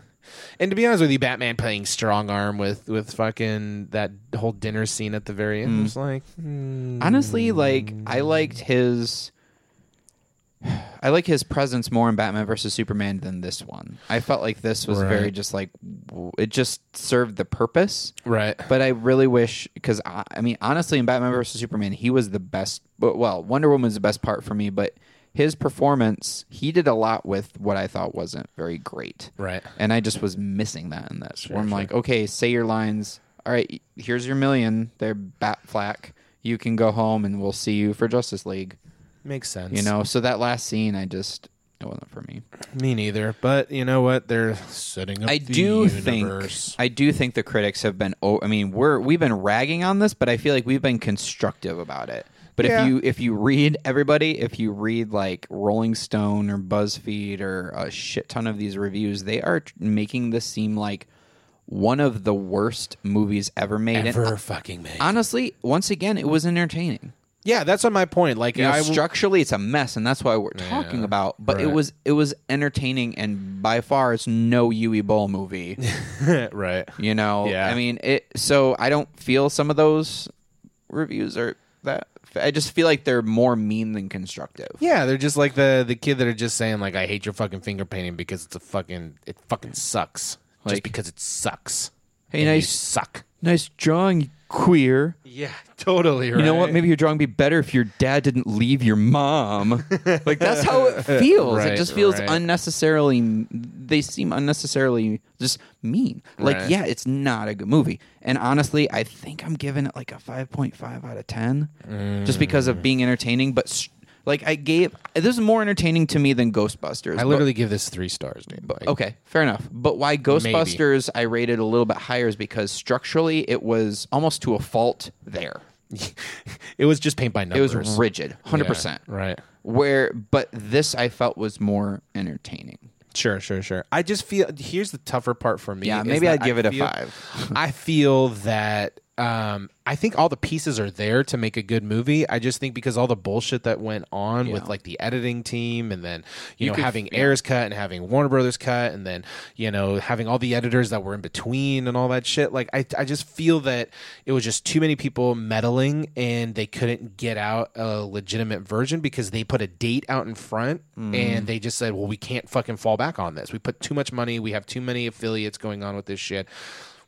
S2: And to be honest with you, Batman playing strong arm with with fucking that whole dinner scene at the
S1: Hmm.
S2: very end was like, mm,
S1: Honestly, like I liked his I like his presence more in Batman versus Superman than this one. I felt like this was
S2: Right.
S1: very just like w- it just served the purpose.
S2: Right.
S1: But I really wish because I, I mean honestly in Batman versus Superman he was the best. but- Well, Wonder Woman's the best part for me, but his performance he did a lot with what I thought wasn't very great.
S2: Right.
S1: And I just was missing that in this. where I'm like, okay, say your lines. All right, here's your million. They're bat flack. You can go home, and we'll see you for Justice League.
S2: Makes sense.
S1: You know, so that last scene, I just it wasn't for me.
S2: me neither. But you know what? They're setting up.
S1: I
S2: the
S1: do
S2: universe.
S1: think I do think the critics have been. Oh, I mean, we're we've been ragging on this, but I feel like we've been constructive about it. But
S2: Yeah.
S1: if you if you read everybody, if you read like Rolling Stone or BuzzFeed or a shit ton of these reviews, they are tr- making this seem like one of the worst movies ever made. And
S2: ever fucking made.
S1: honestly, once again, it was entertaining.
S2: yeah, that's on my point. Like
S1: You know,
S2: I,
S1: structurally it's a mess and that's why we're talking about but it
S2: right.
S1: was it was entertaining and by far it's no Yui Bowl movie
S2: right.
S1: you know
S2: Yeah.
S1: i mean it so i don't feel some of those reviews are that i just feel like they're more mean than constructive
S2: Yeah, they're just like the the kid that are just saying like I hate your fucking finger painting because it's a fucking it fucking sucks.
S1: Like-
S2: just because it sucks.
S1: Hey,
S2: And you
S1: nice-
S2: suck.
S1: nice drawing you queer
S2: Yeah, totally. Right.
S1: you know what maybe your drawing would be better if your dad didn't leave your mom like that's how it feels it
S2: Right,
S1: just feels
S2: right.
S1: unnecessarily they seem unnecessarily just mean like
S2: Right.
S1: yeah it's not a good movie and honestly i think i'm giving it like a 5.5 out of 10 just because
S2: Mm.
S1: of being entertaining but s like i gave this is more entertaining to me than ghostbusters
S2: I
S1: but-
S2: literally give this three stars, dude. Like,
S1: Okay, fair enough. But why Ghostbusters I rated a little bit higher is because structurally it was almost to a fault there.
S2: it was just paint by
S1: It
S2: numbers.
S1: was rigid, hundred percent.
S2: Right.
S1: Where, but this I felt was more entertaining.
S2: Sure, sure, sure. I just feel here's the tougher part for me.
S1: Yeah,
S2: is
S1: maybe
S2: that
S1: I'd give
S2: I
S1: it a
S2: feel-
S1: five.
S2: I feel that um, I think all the pieces are there to make a good movie. I just think because all the bullshit that went on with like the editing team and then you, know
S1: could-
S2: having Ayers cut and having Warner Brothers cut and then you know having all the editors that were in between and all that shit. Like I, I just feel that it was just too many people meddling and they couldn't get out a legitimate version because they put a date out in front and they just said, well, we can't fucking fall back on this. We put too much money. We have too many affiliates going on with this shit.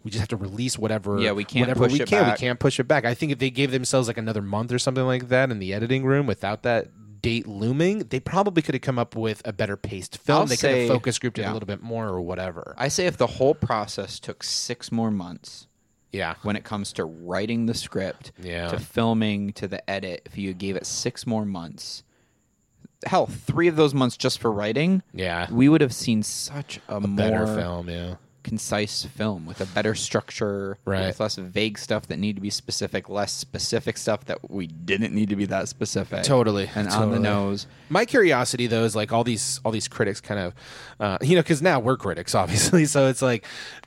S2: We just have to release whatever.
S1: Yeah, we can't
S2: whatever
S1: push
S2: we
S1: it
S2: can.
S1: back.
S2: We can't push it back. I think if they gave themselves like another month or something like that in the editing room without that date looming, they probably could have come up with a better paced film.
S1: I'll
S2: they could
S1: say-
S2: have focus grouped it
S1: yeah.
S2: a little bit more or whatever.
S1: I say if the whole process took six more months
S2: yeah.
S1: when it comes to writing the script,
S2: Yeah.
S1: to filming, to the edit, if you gave it six more months, hell, three of those months just for writing,
S2: Yeah.
S1: we would have seen such a,
S2: Better
S1: more
S2: film, yeah.
S1: concise film with a better structure,
S2: Right.
S1: with less vague stuff that need to be specific, less specific stuff that we didn't need to be that specific.
S2: Totally,
S1: And on the
S2: totally.
S1: nose.
S2: My curiosity though is like all these all these critics kind of uh, you know because now we're critics obviously so it's like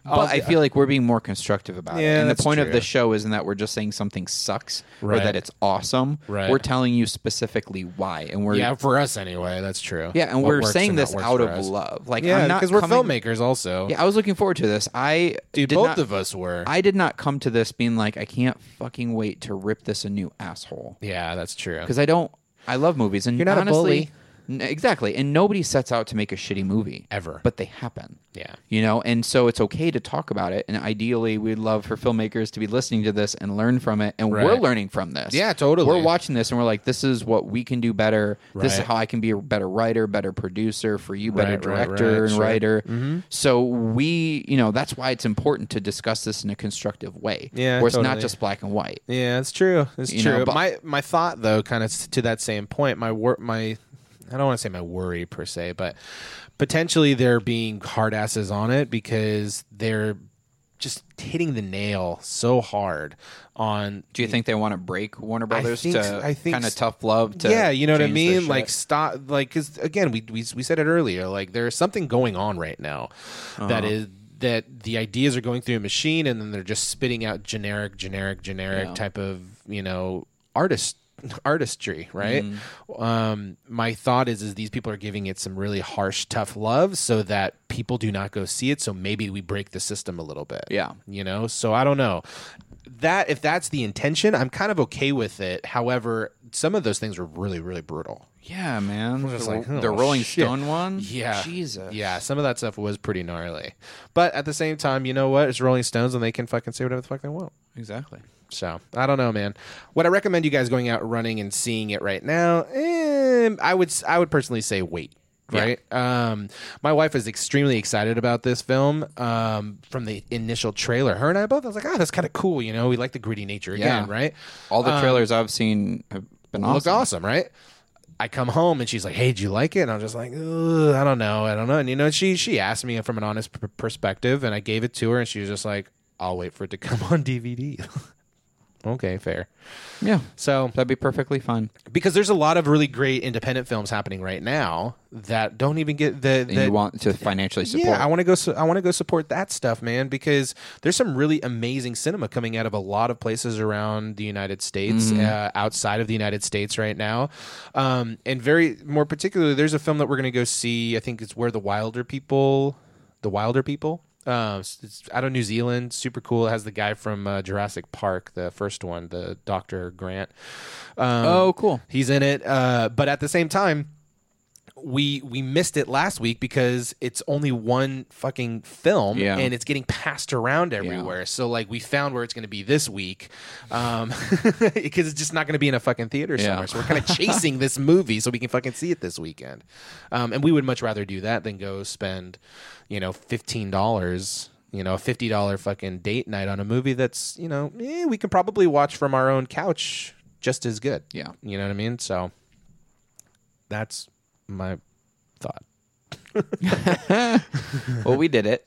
S2: all
S1: But I feel like we're being more constructive about it.
S2: Yeah,
S1: And the
S2: that's
S1: point of
S2: true.
S1: the show isn't that we're just saying something sucks or
S2: Right.
S1: that it's awesome.
S2: Right.
S1: We're telling you specifically why. And we're
S2: yeah for us anyway that's true
S1: Yeah, and
S2: What
S1: we're
S2: works
S1: saying
S2: and not
S1: this
S2: works
S1: out
S2: for
S1: of
S2: us.
S1: love. Like
S2: yeah
S1: I'm not
S2: because we're
S1: coming-
S2: filmmakers also
S1: Yeah, I was looking forward to this. I
S2: dude
S1: did
S2: both
S1: not-
S2: of us were
S1: I did not come to this being like I can't fucking wait to rip this a new asshole.
S2: yeah that's true
S1: because I don't. I love movies, and
S2: You're not a
S1: honestly, n- exactly. And nobody sets out to make a shitty movie
S2: Ever.
S1: but they happen.
S2: Yeah.
S1: you know, and so it's okay to talk about it. And ideally, we'd love for filmmakers to be listening to this and learn from it. And we're
S2: Right.
S1: learning from this.
S2: Yeah, totally.
S1: We're watching this, and we're like, "This is what we can do better. This is
S2: Right.
S1: how I can be a better writer, better producer for you, better
S2: Right, right,
S1: director
S2: right,
S1: and
S2: sure. Mm-hmm.
S1: writer." So we, you know, that's why it's important to discuss this in a constructive way.
S2: Yeah,
S1: where it's not
S2: totally.
S1: just black and white.
S2: Yeah, it's true. It's
S1: You know,
S2: true.
S1: but-
S2: my my thought though, kind of to that same point, my wor- my I don't want to say my worry per se, but potentially they're being hard asses on it because they're just hitting the nail so hard on
S1: Do you think they want to break Warner
S2: I
S1: Brothers
S2: think-
S1: to
S2: I think
S1: kind of
S2: s-
S1: tough love? To
S2: yeah you know what i
S1: change their
S2: mean
S1: shit?
S2: like stop like because again we, we we said it earlier like there's something going on right now that
S1: Uh-huh.
S2: is that the ideas are going through a machine and then they're just spitting out generic generic generic type of you know artist artistry right
S1: Mm-hmm.
S2: um my thought is is these people are giving it some really harsh tough love so that people do not go see it so maybe we break the system a little bit
S1: Yeah.
S2: you know so i don't know that if that's the intention i'm kind of okay with it however some of those things were really really brutal
S1: Yeah, man.
S2: was
S1: The,
S2: like,
S1: the
S2: "Oh,
S1: Rolling
S2: shit."
S1: Stone one.
S2: Yeah.
S1: Jesus.
S2: Yeah, some of that stuff was pretty gnarly. But at the same time, you know what? It's Rolling Stones and they can fucking say whatever the fuck they want.
S1: exactly.
S2: So I don't know, man. Would I recommend you guys going out running and seeing it right now? Eh, I would. I would personally say wait. Right. Um, my wife is extremely excited about this film um, from the initial trailer. Her and I both. I was like, oh, that's kind of cool. You know, we like the gritty nature again,
S1: Yeah.
S2: right?
S1: All the trailers I've seen have been
S2: Looked
S1: awesome.
S2: Um, awesome, right? I come home and she's like, "Hey, did you like it?" And I'm just like, "Ugh, "I don't know, I don't know." And you know, she she asked me from an honest p- perspective, and I gave it to her, and she was just like, "I'll wait for it to come on DVD." okay, fair.
S1: Yeah,
S2: So
S1: that'd be perfectly fine.
S2: because there's a lot of really great independent films happening right now that don't even get the,
S1: And
S2: the
S1: you want to financially support?
S2: yeah i want to go su- i want to go support that stuff man because there's some really amazing cinema coming out of a lot of places around the united states
S1: Mm-hmm.
S2: uh, outside of the united states right now um, and very more particularly there's a film that we're going to go see i think it's where the wilder people the wilder people uh, it's- it's out of New Zealand, super cool. It has the guy from uh, Jurassic Park, the first one, the Doctor Grant. Um,
S1: oh, cool.
S2: He's in it. Uh, but at the same time, we we missed it last week because it's only one fucking film
S1: Yeah.
S2: and it's getting passed around everywhere. So like we found where it's going to be this week um, because it's just not going to be in a fucking theater
S1: Yeah.
S2: somewhere. So we're kind of chasing this movie so we can fucking see it this weekend. Um, and we would much rather do that than go spend, you know, fifteen dollars. You know, a fifty dollar fucking date night on a movie that's you know eh, we can probably watch from our own couch just as good.
S1: Yeah.
S2: You know what I mean? So that's my thought.
S1: Well, we did it.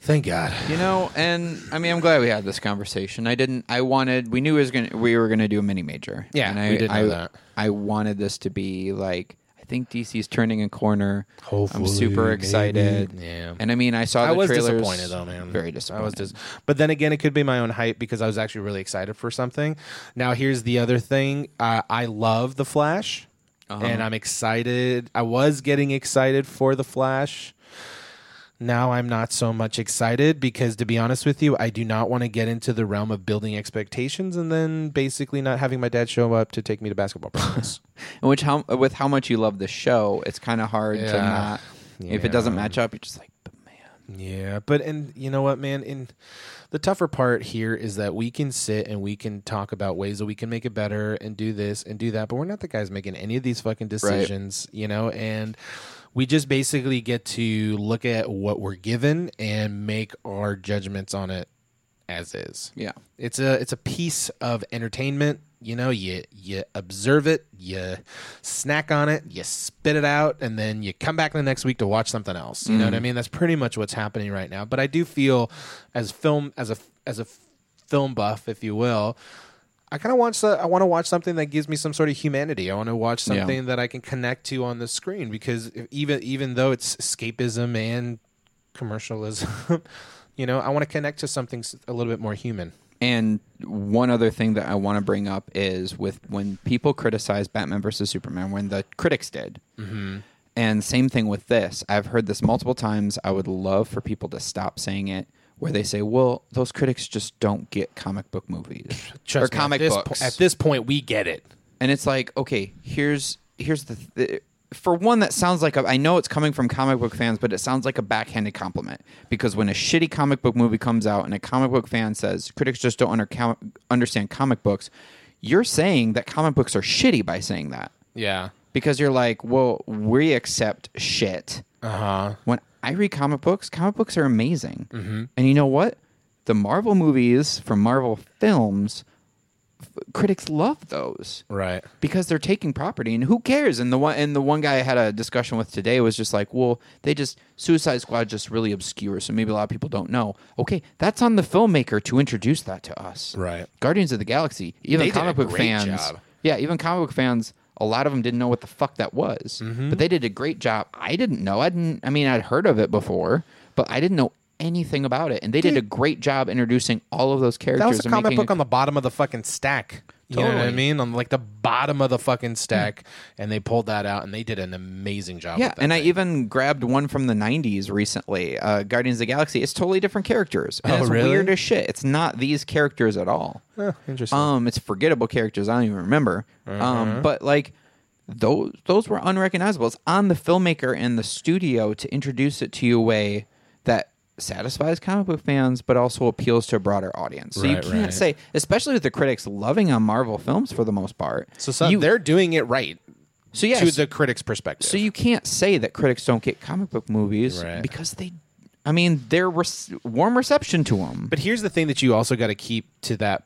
S2: Thank God.
S1: You know, and I mean, I'm glad we had this conversation. I didn't. I wanted. We knew it was gonna. We were gonna do a mini major.
S2: Yeah,
S1: and I,
S2: we did know
S1: I,
S2: that.
S1: I wanted this to be like. I think DC's turning a corner.
S2: Hopefully,
S1: I'm super
S2: maybe.
S1: excited.
S2: Yeah.
S1: And I mean, I saw. The
S2: I was
S1: trailers,
S2: disappointed though, man.
S1: Very disappointed.
S2: I was dis- but then again, it could be my own hype because I was actually really excited for something. Now, here's the other thing: uh, I love the Flash,
S1: Uh-huh.
S2: and I'm excited. I was getting excited for the Flash. Now I'm not so much excited because, to be honest with you, I do not want to get into the realm of building expectations and then basically not having my dad show up to take me to basketball practice.
S1: And which how with how much you love the show, it's kind of hard to
S2: Yeah.
S1: not. If
S2: Yeah.
S1: it doesn't match up, you're just like, but man,
S2: Yeah, but and you know what, man, in the tougher part here is that we can sit and we can talk about ways that we can make it better and do this and do that, but we're not the guys making any of these fucking decisions, you know, and we just basically get to look at what we're given and make our judgments on it as is.
S1: yeah,
S2: It's a it's a piece of entertainment. You know, you you observe it, you snack on it, you spit it out, and then you come back the next week to watch something else. You know what I mean? That's pretty much what's happening right now. But I do feel, as film as a as a film buff, if you will, I kind of want so- I want to watch something that gives me some sort of humanity. I want to watch
S1: Yeah.
S2: something that I can connect to on the screen because if- even even though it's escapism and commercialism, you know, I want to connect to something s- a little bit more human.
S1: And one other thing that I want to bring up is with when people criticize Batman versus Superman, when the critics did, mm-hmm. and same thing with this. I've heard this multiple times. I would love for people to stop saying it, where they say, "Well, those critics just don't get comic book movies or
S2: Trust me,
S1: comic
S2: at this
S1: books."
S2: Po- at this point, we get it.
S1: and it's like okay here's here's the th- for one that sounds like a, i know it's coming from comic book fans but it sounds like a backhanded compliment because when a shitty comic book movie comes out and a comic book fan says critics just don't under, com- understand comic books you're saying that comic books are shitty by saying that
S2: Yeah.
S1: because you're like well we accept shit
S2: Uh huh.
S1: when I read comic books, comic books are amazing. And you know what? The Marvel movies from Marvel films, f- critics love those
S2: Right.
S1: because they're taking property and who cares and the one and the one guy I had a discussion with today was just like well they just Suicide Squad just really obscure so maybe a lot of people don't know okay that's on the filmmaker to introduce that to us
S2: Right.
S1: Guardians of the Galaxy even
S2: They did a
S1: comic book
S2: great
S1: fans
S2: job.
S1: yeah even comic book fans a lot of them didn't know what the fuck that was
S2: Mm-hmm.
S1: but they did a great job I didn't know I didn't I mean I'd heard of it before but I didn't know anything about it and they did a great job introducing all of those characters
S2: That was a
S1: and
S2: comic
S1: making
S2: book on the bottom of the fucking stack. You know what I
S1: Totally. Hmm.
S2: mean? On like the bottom of the fucking stack, and they pulled that out, and they did an amazing job.
S1: Yeah,
S2: with that.
S1: and I even grabbed one from the '90s recently, uh, Guardians of the Galaxy. It's totally different characters. And
S2: Oh,
S1: it's
S2: really?
S1: Weird as shit. It's not these characters at all.
S2: Huh, interesting. Uh-huh.
S1: Um, it's forgettable characters. I don't even remember. Um, but like those those were unrecognizable. It's on the filmmaker and the studio to introduce it to you a way that satisfies comic book fans but also appeals to a broader audience. So you
S2: Right,
S1: can't
S2: right.
S1: say, especially with the critics loving on Marvel films for the most part.
S2: So, so
S1: you,
S2: they're doing it right
S1: so yes,
S2: to the critic's perspective.
S1: so you can't say that critics don't get comic book movies
S2: Right.
S1: because they, I mean, they're rec- warm reception to them.
S2: But here's the thing that you also got to keep to that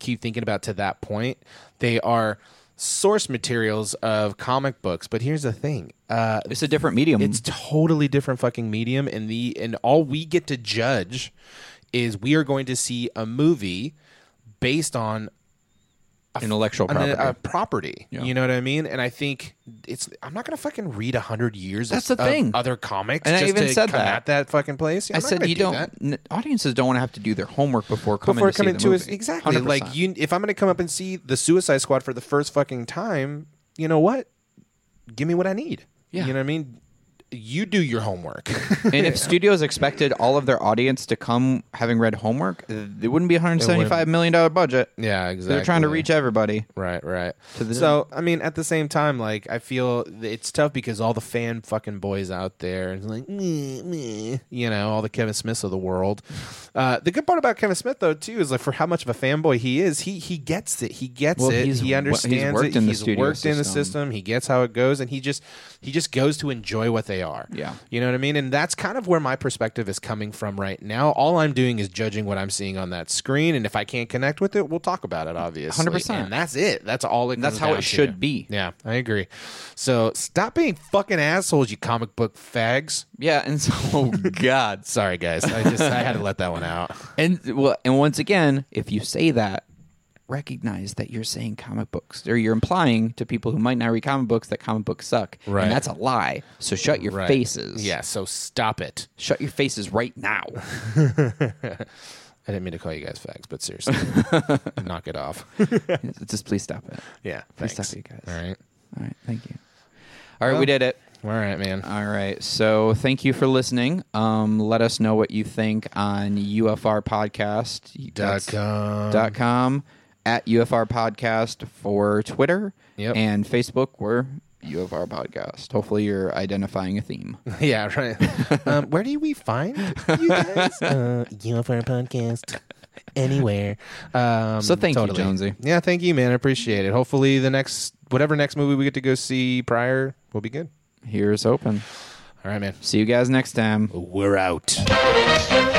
S2: keep thinking about to that point. They are source materials of comic books, but here's the thing. Uh
S1: it's a different medium.
S2: it's totally different fucking medium and the and all we get to judge is we are going to see a movie based on
S1: intellectual
S2: an-
S1: property.
S2: a property. You know what I mean? And I think it's I'm not going to fucking read 100 years
S1: That's
S2: of,
S1: the
S2: of
S1: thing.
S2: other comics
S1: And I
S2: just
S1: even
S2: to
S1: said
S2: come
S1: that.
S2: at that fucking place. Yeah,
S1: I
S2: I'm not
S1: said
S2: gonna
S1: you
S2: do
S1: don't.
S2: that.
S1: n- audiences don't want to have to do their homework before coming
S2: before
S1: to
S2: coming
S1: see
S2: to
S1: the
S2: us
S1: movie.
S2: exactly
S1: 100%.
S2: like you if i'm going to come up and see the suicide squad for the first fucking time you know what give me what i need
S1: Yeah.
S2: you know what i mean you do your homework
S1: and if studios expected all of their audience to come having read homework, th- it wouldn't be a hundred seventy-five million dollar budget.
S2: yeah exactly
S1: They're trying to reach everybody.
S2: right right
S1: To the-
S2: so i mean at the same time like i feel th- it's tough because all the fan fucking boys out there is like meh, meh, you know all the kevin smiths of the world uh, the good part about kevin smith though too is like for how much of a fanboy he is he he gets it he gets
S1: Well,
S2: it
S1: he's-
S2: he
S1: he's
S2: understands
S1: worked
S2: it
S1: in the
S2: he's
S1: studio
S2: worked in the
S1: system.
S2: system system. He gets how it goes, and he just he just goes to enjoy what they are.
S1: Yeah.
S2: you know what I mean. And that's kind of where my perspective is coming from right now. All I'm doing is judging what I'm seeing on that screen, and if I can't connect with it, we'll talk about it. Obviously,
S1: 100%.
S2: And that's it. That's all it.
S1: That's
S2: comes
S1: how
S2: down
S1: it
S2: to.
S1: should be.
S2: Yeah, I agree. So stop being fucking assholes, you comic book fags.
S1: Yeah, and so oh God.
S2: Sorry, guys. I just I had to let that one out.
S1: And well, and once again, if you say that, recognize that you're saying comic books, or you're implying to people who might not read comic books that comic books suck,
S2: Right.
S1: and that's a lie. So shut your
S2: Right.
S1: faces.
S2: Yeah. So stop it.
S1: shut your faces right now.
S2: I didn't mean to call you guys fags, but seriously, knock it off.
S1: Just please stop it.
S2: yeah.
S1: Please
S2: Thanks.
S1: stop it, guys.
S2: All right.
S1: All right, thank you. All right, we did it.
S2: All right, man.
S1: All right. So thank you for listening. Um, let us know what you think on UFR Podcast
S2: dot
S1: that's
S2: com.
S1: dot com at UFR Podcast for Twitter
S2: Yep.
S1: and Facebook. We're UFR Podcast. Hopefully, you're identifying a theme.
S2: Yeah, right. um, where do we find you guys? uh, UFR podcast anywhere. Um,
S1: So thank you, Jonesy.
S2: Yeah, thank you, man. I appreciate it. Hopefully, the next whatever next movie we get to go see prior will be good.
S1: Here's open.
S2: All right, man.
S1: See you guys next time.
S2: We're out.
S3: Thank